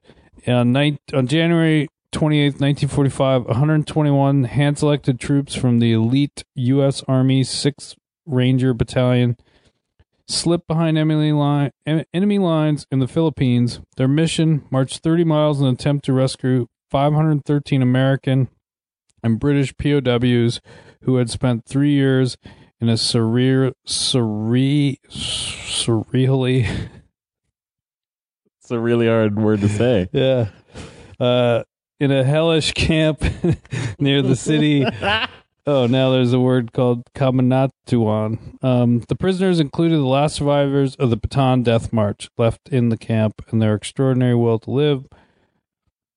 on nine on January 28th, 1945, 121 hand selected troops from the elite U.S. Army 6th Ranger Battalion slipped behind enemy line en- enemy lines in the Philippines. Their mission: march 30 miles in an attempt to rescue 513 American and British POWs who had spent three years in a surreal, surre, surreally, It's a really hard word to say. yeah, uh, in a hellish camp [LAUGHS] near the city. Oh, now there's a word called Kamanatuan. Um, the prisoners included the last survivors of the Bataan Death March left in the camp, and their extraordinary will to live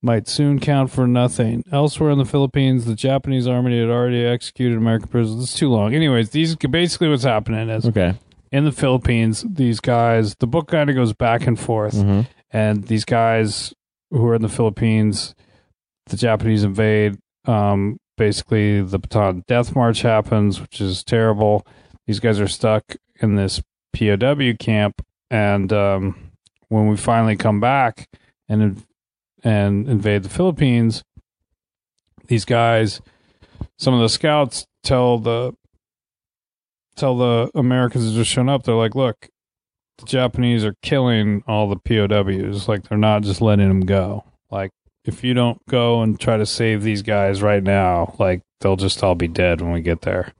might soon count for nothing. Elsewhere in the Philippines, the Japanese army had already executed American prisoners. It's too long. Anyways, these basically what's happening is [LAUGHS] okay. in the Philippines, these guys, the book kind of goes back and forth, Mhm. and these guys who are in the Philippines, the Japanese invade. Um, basically, the Bataan Death March happens, which is terrible. These guys are stuck in this POW camp, and um, when we finally come back and inv- and invade the Philippines, these guys, some of the scouts tell the tell the Americans that just shown up, they're like, look, the Japanese are killing all the POWs. Like they're not just letting them go. Like if you don't go and try to save these guys right now, like they'll just all be dead when we get there.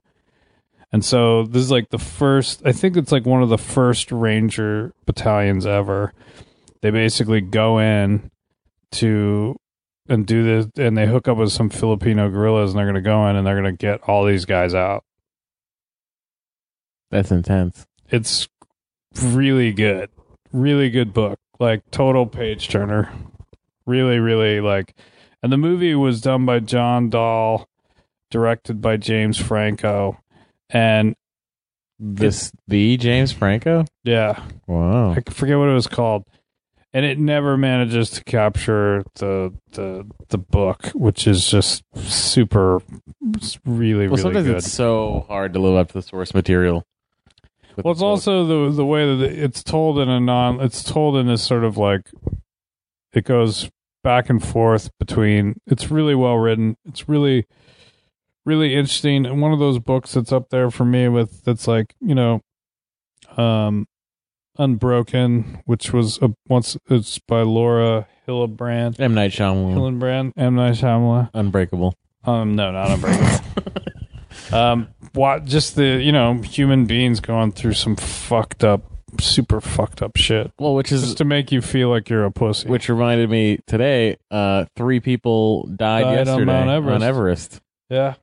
And so this is like the first. I think it's like one of the first Ranger battalions ever. They basically go in to and do this, and they hook up with some Filipino guerrillas, and they're going to go in and they're going to get all these guys out That's intense. it's really good really good book like total page turner really really like and the movie was done by john dahl directed by james franco and This the James Franco? yeah Wow. i forget what it was called and it never manages to capture the the the book which is just super it's really well, really sometimes good it's so hard to live up to the source material. With well it's the book. also the the way that it's told in a non it's told in this sort of like it goes back and forth between it's really well written it's really really interesting and one of those books that's up there for me with that's like you know um unbroken which was a, once it's by laura hillebrand M Night Shyamalan, hillenbrand m night Shyamalan. [LAUGHS] Unbreakable. Um, no, not unbreakable. um, what? Just the you know human beings going through some fucked up, super fucked up shit, Well, which is just to make you feel like you're a pussy. which reminded me today. Uh, three people died, Died on yesterday Mount Everest. on Everest. yeah,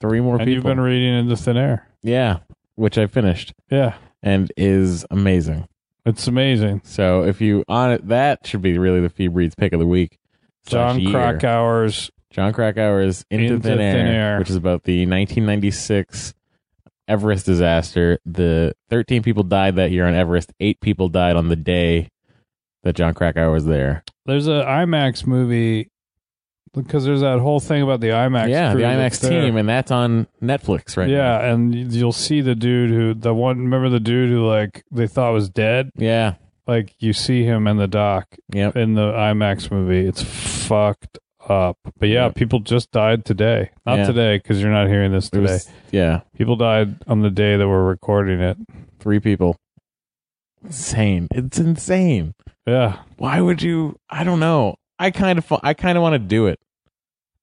Three more and people. you've been reading into thin air. yeah, which I finished Yeah, and is amazing. it's amazing. So if you on it, that should be really the Phoebe Reed's pick of the week. slash John year. Krakauer's John Krakauer's Into, Into Thin, Thin Air, Air. which is about the 1996 Everest disaster. The 13 people died that year on Everest. Eight people died on the day that John Krakauer was there. there's a IMAX movie because there's that whole thing about the IMAX. yeah, crew the that's IMAX there. team, and that's on Netflix right now. yeah, and y- you'll see the dude who the one remember the dude who like they thought was dead. Yeah, Like you see him in the dock, yeah. in the IMAX movie. It's fucked up. But yeah, Yeah. people just died today. Not Yeah. today because you're not hearing this It today. was- yeah, People died on the day that we're recording it. three people. Insane. It's insane. [LAUGHS] Yeah, Why would you? I don't know. I kind of, I kind of want to do it.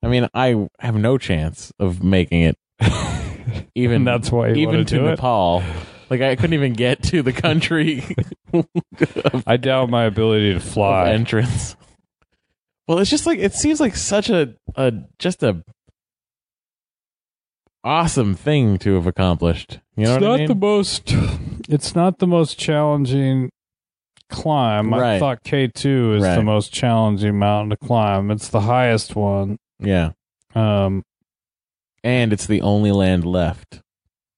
I mean, I have no chance of making it. Even [LAUGHS] and that's why you even want to do it. Nepal. Like I couldn't even get to the country [LAUGHS] I doubt my ability to of fly. entrance. Well, it's just like it seems like such a, a just a awesome thing to have accomplished. You know it's what not I mean? the most. It's not the most challenging climb. I Right. thought K two is the Right. most challenging mountain to climb. It's the highest one. yeah, Um, [LAUGHS] and it's the only land left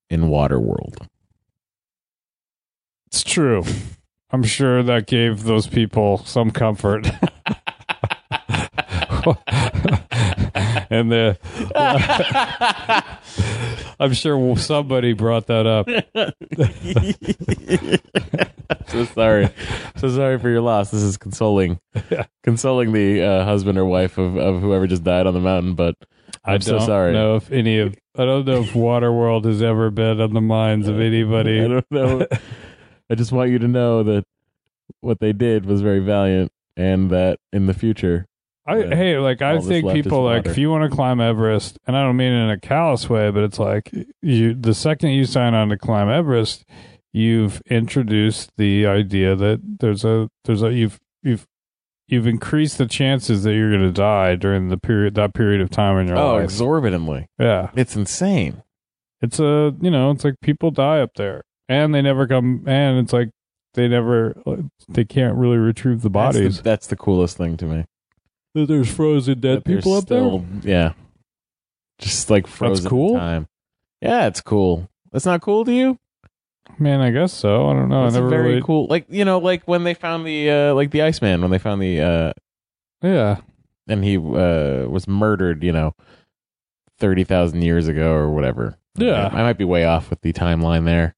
in Waterworld. It's true. I'm sure that gave those people some comfort. [LAUGHS] and the, I'm sure somebody brought that up. [LAUGHS] so sorry, so sorry for your loss. This is [LAUGHS] consoling, consoling the uh, husband or wife of, of whoever just died on the mountain. But I'm I so don't sorry. know if any of I don't know if Waterworld has ever been on the minds of I anybody. don't [LAUGHS] know. I just want you to know that what they did was very valiant, and that in the future, I, Yeah. hey, like I All that's think left is people like water. if you want to climb Everest, and I don't mean it in a callous way, but it's like you the second you sign on to climb Everest, you've introduced the idea that there's a there's a you've you've you've increased the chances that you're going to die during the period that period of time in your oh, life. exorbitantly, Yeah, it's insane. it's a you know it's like people die up there and they never come and it's like they never they can't really retrieve the That's the- bodies That's the, coolest thing to me. there's frozen dead That there's people up there still- Yeah, just like frozen in cool? time. Yeah, it's cool. That's not cool to you? man i guess so i don't know That's i never very really cool. Like you know, like when they found the uh like the Iceman when they found the uh yeah and he uh was murdered, you know, thirty thousand years ago or whatever. Yeah. I might be way off with the timeline there.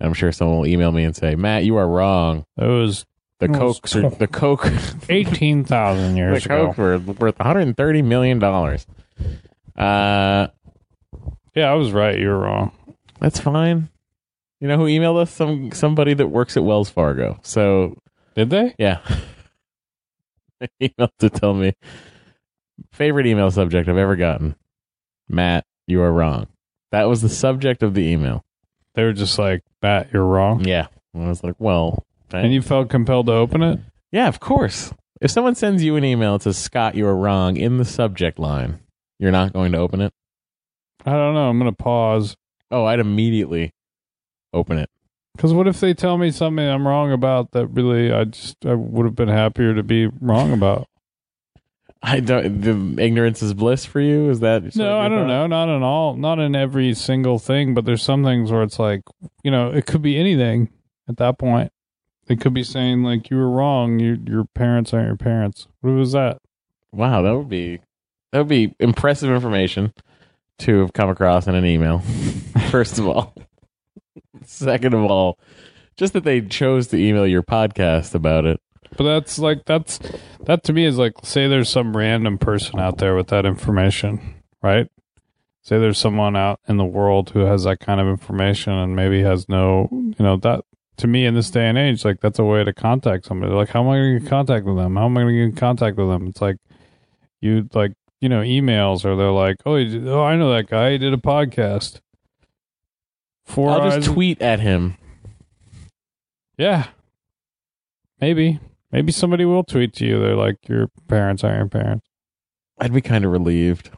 I'm sure someone will email me and say, Matt, you are wrong. it was The It was Cokes are Oh, so- the [LAUGHS] Coke [LAUGHS] 18000 the years ago Coke were worth 130 million dollars. Uh yeah i was right you were wrong that's fine. You know who emailed us? Some somebody that works at Wells Fargo. So did they Yeah. [LAUGHS] email to tell me favorite email subject I've ever gotten. Matt, you are wrong. That was the subject of the email. they were just like bat you're wrong Yeah. And I was like, well, thank- and you felt compelled to open it yeah, of course. If someone sends you an email that says Scott, you are wrong in the subject line, you're not going to open it. i don't know i'm gonna pause Oh, I'd immediately open it. because what if they tell me something i'm wrong about that really i just i would have been happier to be [LAUGHS] wrong about I don't. The ignorance is bliss for you. Is that sort of No, your I don't thought? know. Not in all, not in every single thing, but there's some things where it's like, you know, it could be anything at that point. It could be saying like you were wrong. Your your parents aren't your parents. What was that? Wow, that would be that would be impressive information to have come across in an email. [LAUGHS] First of all, second of all, just that they chose to email your podcast about it. But that's like that's that to me is like say there's some random person out there with that information, right? Say there's someone out in the world who has that kind of information and maybe has no, you know, that to me in this day and age, like that's a way to contact somebody. Like, how am I going to get in contact with them? How am I going to get in contact with them? It's like you like you know emails or they're like, oh, he did- oh, I know that guy. He did a podcast. Four I'll just eyes- tweet at him. yeah. Maybe. Maybe somebody will tweet to you. They're like, your parents aren't your parents. I'd be kind of relieved.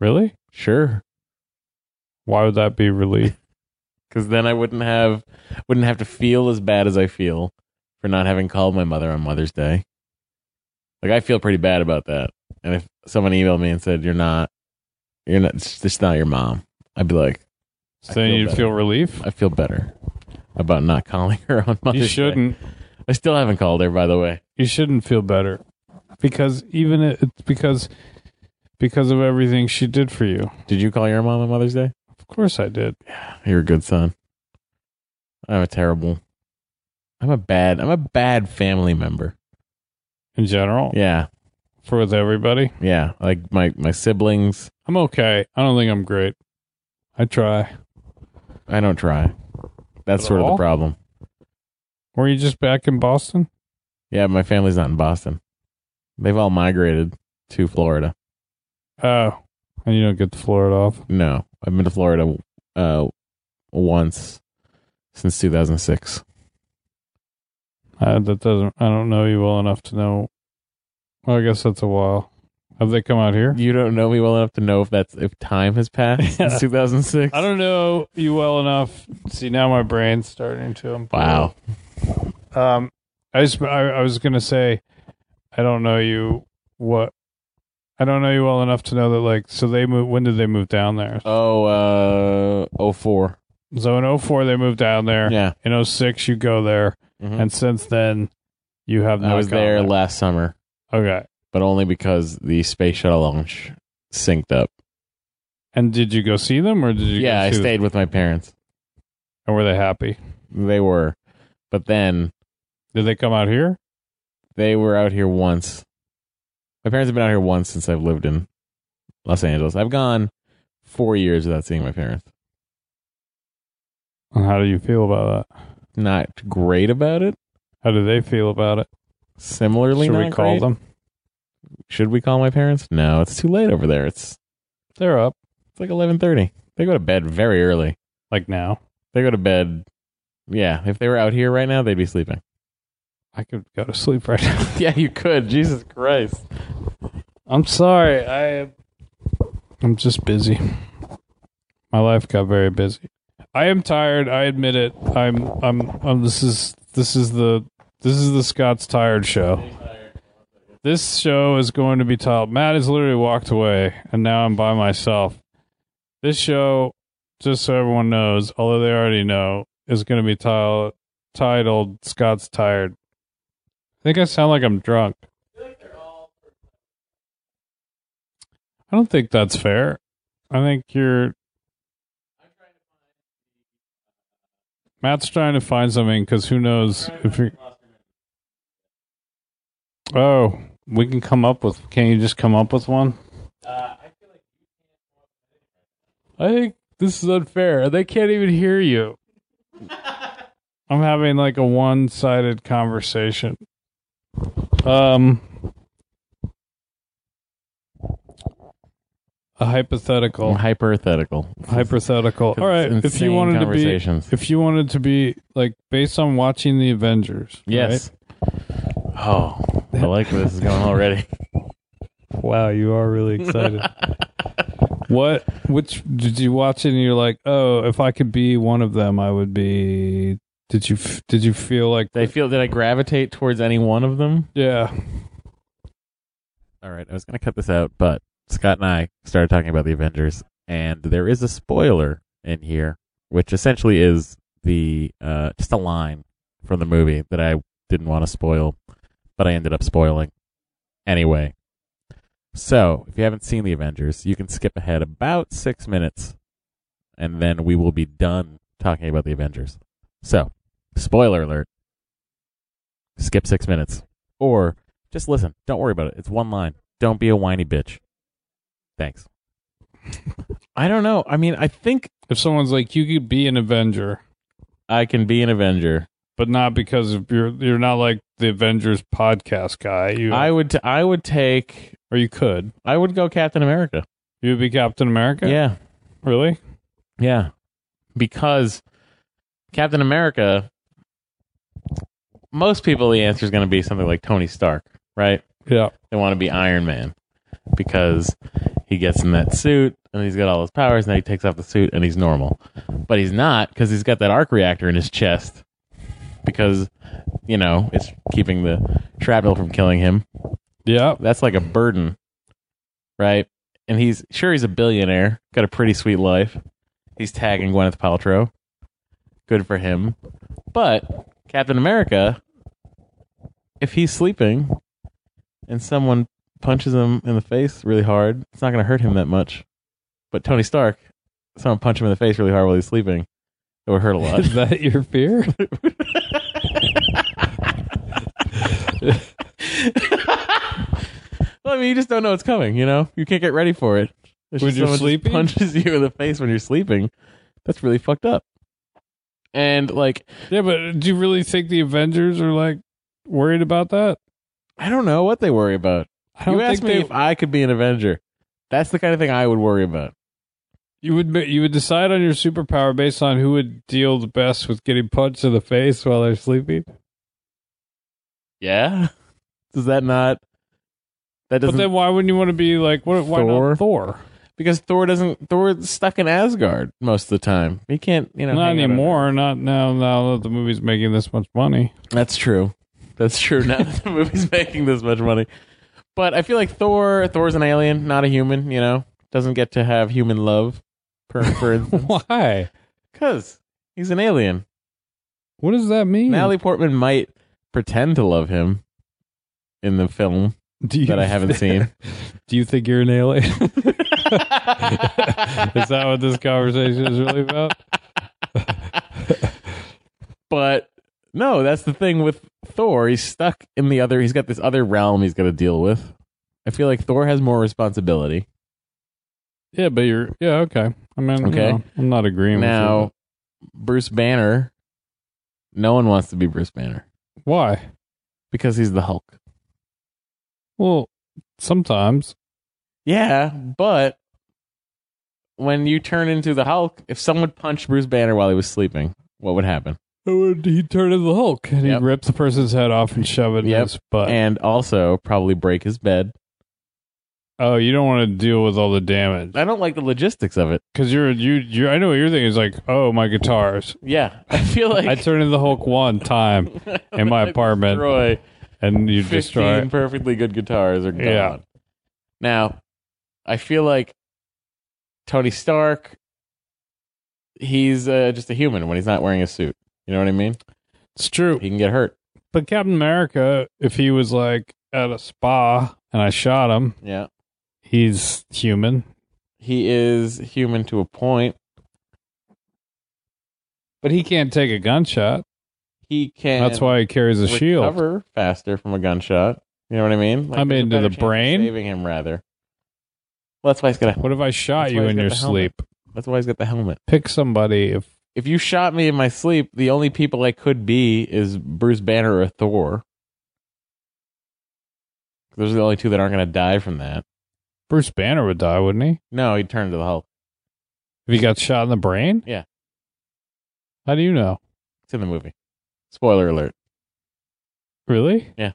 Really? Sure, Why would that be relief? because then I wouldn't have wouldn't have to feel as bad as I feel for not having called my mother on Mother's Day. Like I feel pretty bad about that. And if someone emailed me and said you're not, you're not, it's just not your mom, I'd be like. [LAUGHS] I then feel you'd better. feel relief? I feel better about not calling her on Mother's You Day. shouldn't. I still haven't called her, by the way. You shouldn't feel better. Because even it, it's because because of everything she did for you. Did you call your mom on Mother's Day? Of course I did. You're a good son. I'm a terrible. I'm a bad. I'm a bad family member. In general. Yeah, For with everybody. yeah. Like my my siblings. I'm okay. I don't think I'm great. I try. I don't try. That's At sort of all? the problem. Were you just back in Boston? Yeah, my family's not in Boston. They've all migrated to Florida. Oh. And you don't get the Florida off. No, I've been to Florida uh, once since 2006. Uh, that doesn't. I don't know you well enough to know. Well, I guess that's a while. Have they come out here? You don't know me well enough to know if that's if time has [LAUGHS] passed Yeah. since 2006. I don't know you well enough. See, now my brain's starting to implode. Wow. Um, I just. I, I was gonna say, I don't know you. What? I don't know you well enough to know that. Like, so they moved. When did they move down there? Oh, uh, 04. So in 04, they moved down there. Yeah. In 06, you go there. Mhm. And since then, you have not I was gone there last summer, Okay. but only because the space shuttle launch synced up. And did you go see them or did you Yeah, go I see them? stayed with my parents. And were they happy? They were, but then Did they come out here? they were out here once. My parents have been out here once since I've lived in Los Angeles. I've gone four years without seeing my parents. And how do you feel about that? Not great about it. How do they feel about it? Similarly, Should we not call great. them? Should we call my parents? No, it's too late over there. It's They're up. it's like eleven thirty. They go to bed very early. Like now. They go to bed. Yeah, if they were out here right now, they'd be sleeping. [LAUGHS] I could go to sleep right [LAUGHS] now. yeah, you could. Jesus Christ. I'm sorry. I I'm just busy. My life got very busy. I am tired. I admit it. I'm I'm I'm this is this is the this is the Scott's tired show. This show is going to be titled Matt has literally walked away and now I'm by myself. This show, just so everyone knows, although they already know, is going to be titled titled Scott's tired. I think I sound like I'm drunk. I don't think that's fair. I think you're. Matt's trying to find something because who knows if you. Oh, we can come up with. Can you just come up with one? Uh, I think this is unfair. They can't even hear you. I'm having like a one-sided conversation. Um, a hypothetical. Hypothetical. hypothetical. Oh. All right, It's if you insane wanted to be, conversations. if you wanted to be like based on watching the Avengers, Yes. Oh, I like where this is going [LAUGHS] already. right? Wow, you are really excited. [LAUGHS] what? Which did you watch it and you're like, oh, if I could be one of them, I would be. Did you f- did you feel like Did I feel? Did I gravitate towards any one of them? yeah? All right, I was going to cut this out, but Scott and I started talking about the Avengers, and there is a spoiler in here, which essentially is the uh, just a line from the movie that I didn't want to spoil, but I ended up spoiling anyway. So, if you haven't seen the Avengers, you can skip ahead about six minutes, and then we will be done talking about the Avengers. So, spoiler alert: skip six minutes, or just listen. Don't worry about it. It's one line. Don't be a whiny bitch. Thanks. [LAUGHS] I don't know. I mean, I think If someone's like, you could be an Avenger, I can be an Avenger. but not because of you're you're not like the Avengers podcast guy. You I would. T- I would take. or you could I would go Captain America. you would be Captain America. Yeah. really. Yeah. Because Captain America. Most people, the answer is going to be something like Tony Stark, right? Yeah, They want to be Iron Man because he gets in that suit and he's got all his powers and then he takes off the suit and he's normal. But he's not because he's got that arc reactor in his chest because, you know, it's keeping the shrapnel from killing him. [LAUGHS] yeah. That's like a burden, right? And he's sure he's a billionaire, got a pretty sweet life. He's tagging Gwyneth Paltrow. Good for him. But Captain America, if he's sleeping and someone punches him in the face really hard, it's not going to hurt him that much. But Tony Stark, someone punch him in the face really hard while he's sleeping, it would hurt a [LAUGHS] lot. Is that your fear? well, I mean, you just don't know it's coming. You know, you can't get ready for it. It's When just you're someone just sleeping? punches [LAUGHS] you in the face when you're sleeping. That's really fucked up. And like, Yeah, but do you really think the Avengers are like worried about that? I don't know what they worry about. I You asked me if I could be an Avenger. That's the kind of thing I would worry about. you would ma- you would decide on your superpower based on who would deal the best with getting punched in the face while they're sleeping. Yeah. [LAUGHS] Does that not? That But doesn't then why wouldn't you want to be like what? Why Thor? not Thor? because Thor doesn't. Thor's stuck in Asgard most of the time. He can't. You know, Not hang out on Earth. anymore. Not now. Now that the movie's making this much money, That's true. That's true. Now that the movie's [LAUGHS] making this much money, but I feel like Thor. Thor's an alien, not a human. You know, doesn't get to have human love. Per, for why? because He's an alien. What does that mean? Natalie Portman might pretend to love him in the film [LAUGHS] do you, that I [LAUGHS] haven't seen. Do you think you're an alien? [LAUGHS] is that what this conversation is really about? but no, that's the thing with Thor. He's stuck in the other. He's got this other realm he's got to deal with. I feel like Thor has more responsibility Yeah, but you're yeah okay. I mean, Okay. okay, I'm not agreeing with now. Bruce Banner. No one wants to be Bruce Banner you. Why? because he's the Hulk. Well, sometimes Yeah, but when you turn into the Hulk, if someone punched Bruce Banner while he was sleeping, what would happen? would he turn into the Hulk and Yep. he'd rip the person's head off and shove it Yep. in his butt. And also probably break his bed. oh, you don't want to deal with all the damage I don't like the logistics of it. because you're you you. I know what you're thinking is like, oh, my guitars. Yeah, [LAUGHS] I feel like I turned into the Hulk one time [LAUGHS] in my apartment, Destroy and you 15 destroy. perfectly good guitars are gone. Yeah. Now, I feel like Tony Stark, he's uh, just a human when he's not wearing a suit. You know what I mean? It's true. He can get hurt. But Captain America, if he was like at a spa and I shot him, Yeah. he's human. He is human to a point. But he can't take a gunshot. He can. That's why he carries a shield. recover faster from a gunshot. You know what I mean? I mean, there's a better to the chance of brain? saving him rather. Well, that's why he's got. A, What if I shot That's why you he's in got your the helmet. sleep? that's why he's got the helmet. Pick somebody. If If you shot me in my sleep, the only people I could be is Bruce Banner or Thor. Those are the only two that aren't going to die from that. Bruce Banner would die, wouldn't he? No, he'd turn to the Hulk. If he got shot in the brain? Yeah. How do you know? It's in the movie. Spoiler alert. Really? Yeah.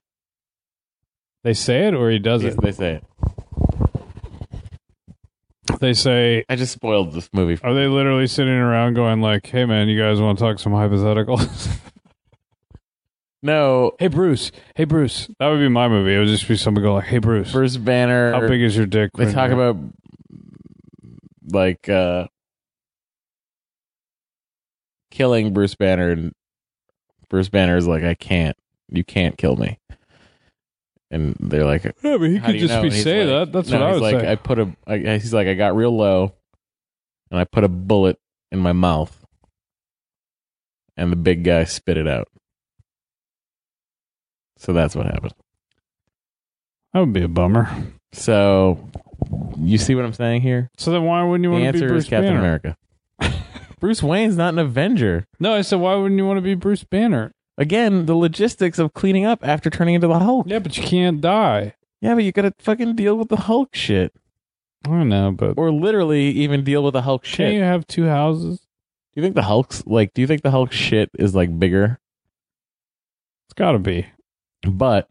They say it or he does They it? they say it. They say, I just spoiled this movie. are they literally sitting around going like, hey man, you guys want to talk some hypotheticals? [LAUGHS] No, hey Bruce, hey Bruce. That would be my movie. It would just be someone going like, hey Bruce, Bruce Banner. how big is your dick? they when talk you're- about like uh killing Bruce Banner and Bruce Banner is like I can't you can't kill me and they're like Yeah, but he "How could do you just know?" be And he's say like- that. That's no, what I he's would like say. I put a I, he's like I got real low and I put a bullet in my mouth and the big guy spit it out so that's what happened that would be a bummer. so you see what I'm saying here So then why wouldn't you The want to be answer Bruce is Captain Banner? America. [LAUGHS] Bruce Wayne's not an Avenger. No, I said why wouldn't you want to be Bruce Banner? Again, the logistics of cleaning up after turning into the Hulk. Yeah, but you can't die. Yeah, but you gotta fucking deal with the Hulk shit. I know, but Or literally even deal with the Hulk shit. can you have two houses? Do you think the Hulk's like do you think the Hulk shit is like bigger? It's got to be. But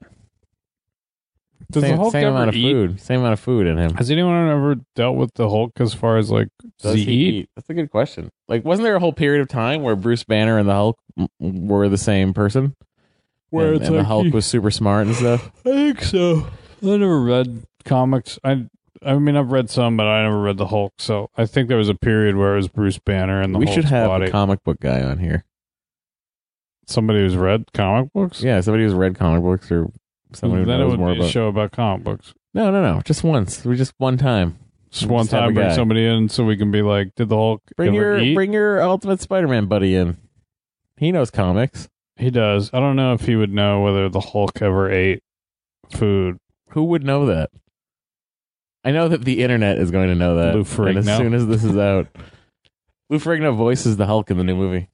Does same, the Hulk same ever amount of eat? food. Same amount of food in him. Has anyone ever dealt with the Hulk as far as like does, he, eat? That's a good question. Like, wasn't there a whole period of time where Bruce Banner and the Hulk m- were the same person? Where and, it's and like the Hulk he- was super smart and stuff. I think so. I never read comics. I I mean I've read some, but I never read the Hulk. So I think there was a period where it was Bruce Banner and [LAUGHS] the we Hulk's should have body. a comic book guy on here. Somebody who's read comic books. Yeah, somebody who's read comic books or somebody who then it knows would more be a about. show about comic books. No, no, no. Just once. We just one time. Just one Just have a time, bring guy. somebody in so we can be like, did the Hulk Bring ever your eat? bring your Ultimate Spider-Man buddy in. He knows comics. he does. I don't know if he would know whether the Hulk ever ate food. Who would know that? I know that the internet is going to know that. Lou And as Ferrigno. soon as this is out, [LAUGHS] Lou Ferrigno voices the Hulk in the new movie.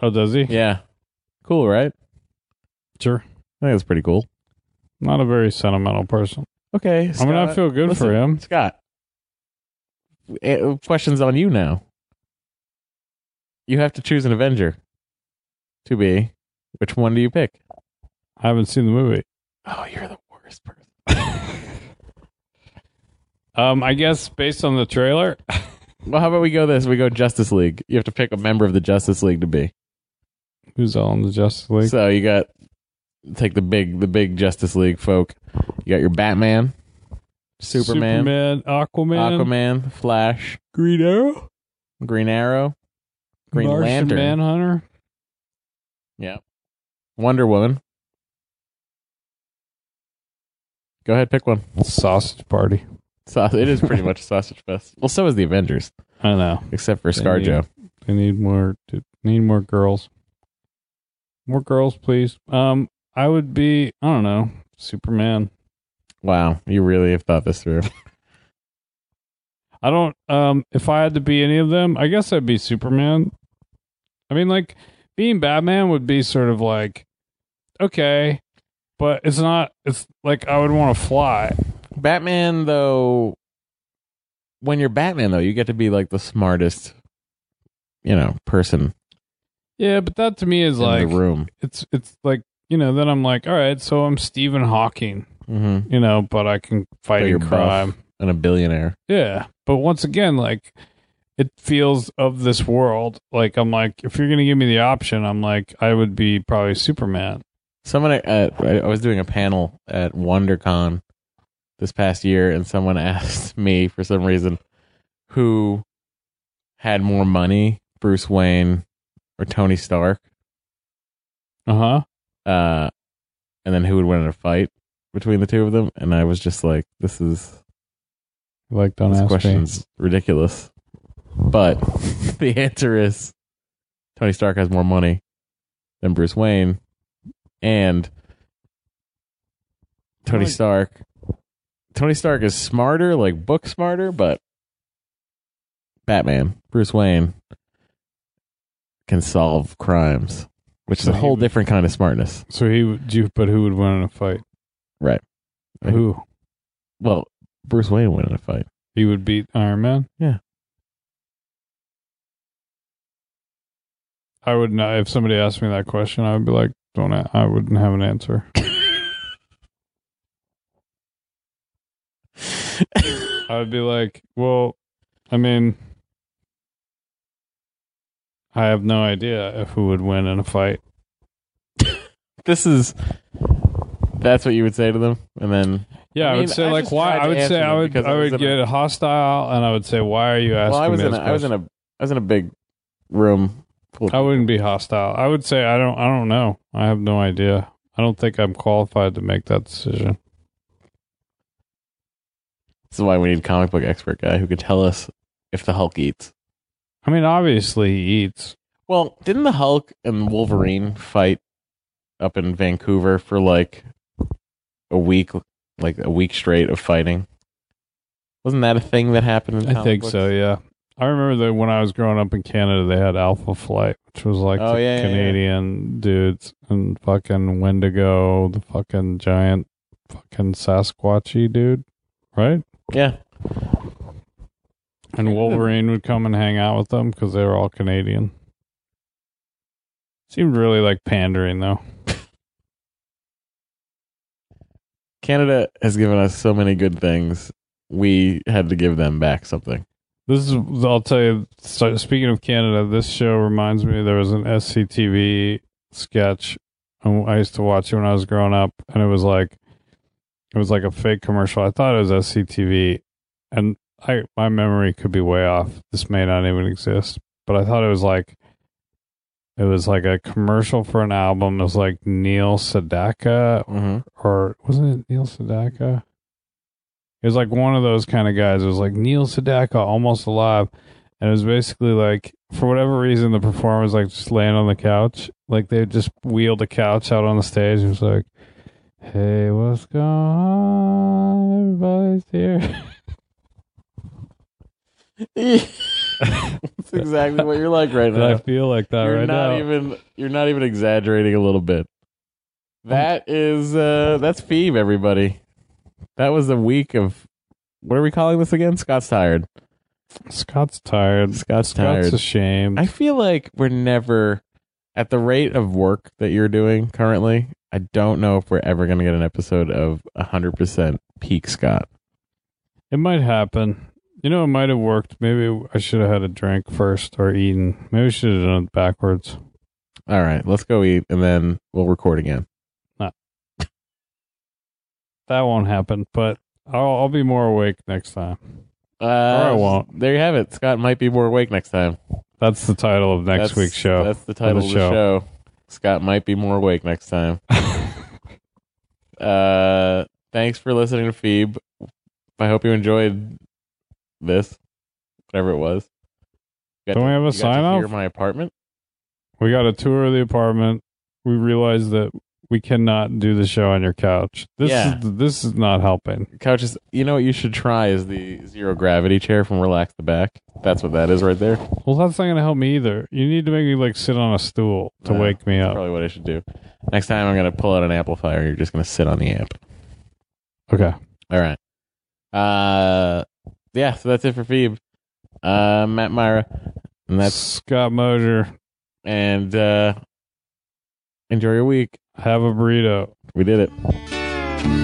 Oh, does he? Yeah, cool, right? Sure. I think that's pretty cool. Not a very sentimental person. Okay, I mean, I Scott. feel good listen. for him. Scott, eh, questions on you now. You have to choose an Avenger to be. Which one do you pick? I haven't seen the movie. Oh, you're the worst person. Um, I guess based on the trailer, [LAUGHS] Well, how about we go this? We go Justice League. You have to pick a member of the Justice League to be. who's all in the Justice League? So you got take the big the big Justice League folk. You got your Batman, Superman, Superman, Aquaman, Aquaman, Flash, Green Arrow. Green Arrow, Green Martian Lantern, Manhunter. Wonder Woman. Go ahead, pick one. Sausage Party. Sau- It is [LAUGHS] pretty much Sausage Fest. Well, so is the Avengers, I don't know. except for They ScarJo. They need more. They need more girls. More girls, please. Um, I would be. I don't know. Superman. Wow, you really have thought this through. I don't. Um, if I had to be any of them, I guess I'd be Superman. I mean, like being Batman would be sort of like okay, but it's not. It's like I would want to fly. Batman, though, when you're Batman, though, you get to be like the smartest, you know, person Yeah, but that to me is like in the room. it's it's like you know. Then I'm like, all right, so I'm Stephen Hawking, Mm-hmm. you know, but I can fight But you're in crime. buff and a billionaire. Yeah. But once again, like it feels of this world. Like I'm like, if you're gonna give me the option, I'm like, I would be probably Superman. Someone at, I I was doing a panel at WonderCon this past year, and someone [LAUGHS] asked me for some reason who had more money, Bruce Wayne or Tony Stark, Uh huh. uh, and then who would win in a fight between the two of them. And I was just like, "This is Like don't this ask me. question's ridiculous." But [LAUGHS] the answer is Tony Stark has more money than Bruce Wayne, and Tony Like- Stark. Tony Stark is smarter, like book smarter, but Batman, Bruce Wayne, can solve crimes, which is a So he whole would- different kind of smartness. So he would you but who would win in a fight? Right. Who? Well, Bruce Wayne went in a fight. He would beat Iron Man? Yeah. I would not if somebody asked me that question, I would be like, don't a- I wouldn't have [LAUGHS] an answer. I would be like, well, I mean, I have no idea if who would win in a fight. this is that's what you would say to them, and then Yeah, I, I would mean, say I like just why. tried I to would say answer I them would because I it was would in get hostile, and I would say why are you asking well, I was me in a, this I was in question? a I was in a big room. Full of I wouldn't be hostile. I would say I don't. I don't know. I have no idea. I don't think I'm qualified to make that decision. This is why we need a comic book expert guy who could tell us if the Hulk eats. I mean, obviously he eats. Well, didn't the Hulk and Wolverine fight up in Vancouver for like a week, like a week straight of fighting? Wasn't that a thing that happened? In I comic think books? so. Yeah. I remember that when I was growing up in Canada, they had Alpha Flight, which was like Oh, the yeah, yeah, yeah. Canadian dudes and fucking Wendigo, the fucking giant fucking Sasquatchy dude, right? Yeah, And Wolverine would come and hang out with them because they were all Canadian. Seemed really like pandering though. Canada has given us so many good things. We had to give them back something. This is, I'll tell you, so speaking of Canada, this show reminds me there was an SCTV sketch um, I used to watch it when I was growing up, and it was like, it was like a fake commercial. I thought it was SCTV, and I my memory could be way off. This may not even exist, but I thought it was like, it was like a commercial for an album. It was like Neil Sedaka Mm-hmm. or wasn't it Neil Sedaka? It was like one of those kind of guys. It was like Neil Sedaka, almost alive, and it was basically like for whatever reason the performer was like just laying on the couch, like they just wheeled a couch out on the stage. and was like, "Hey, what's going on? Everybody's here." [LAUGHS] That's exactly what you're like right And I now. feel like [LAUGHS] [LAUGHS] that You're right not now. even you're not even exaggerating a little bit. That is uh that's Phoebe, everybody. That was a week of what are we calling this again? Scott's tired. Scott's tired. Scott's Scott's tired. ashamed. I feel like we're never at the rate of work that you're doing currently. I don't know if we're ever going to get an episode of 100% peak Scott. It might happen. You know, it might have worked. Maybe I should have had a drink first or eaten. Maybe I should have done it backwards. All right, let's go eat and then we'll record again. That won't happen, but I'll, I'll be more awake next time. Uh, I won't. There you have it. Scott might be more awake next time. That's the title of next That's- week's show. That's the title the of the show. show. Scott might be more awake next [LAUGHS] time. uh, thanks for listening to Phoebe. I hope you enjoyed this, whatever it was. You got Don't we have a you got sign to off? Hear my apartment. we got a tour of the apartment. We realized that we cannot do the show on your couch. This Yeah. is this is not helping. Couch is. You know what you should try is the zero gravity chair from Relax the Back. That's what that is right there. Well, that's not going to help me either. You need to make me like sit on a stool to No, wake me up. Probably what I should do. Next time I'm gonna pull out an amplifier. You're just gonna sit on the amp. Okay. All right. Uh, yeah. So that's it for Phoebe. Uh, Matt Myra, and that's That's Scott Mosier. and uh, enjoy your week. Have a burrito. We did it.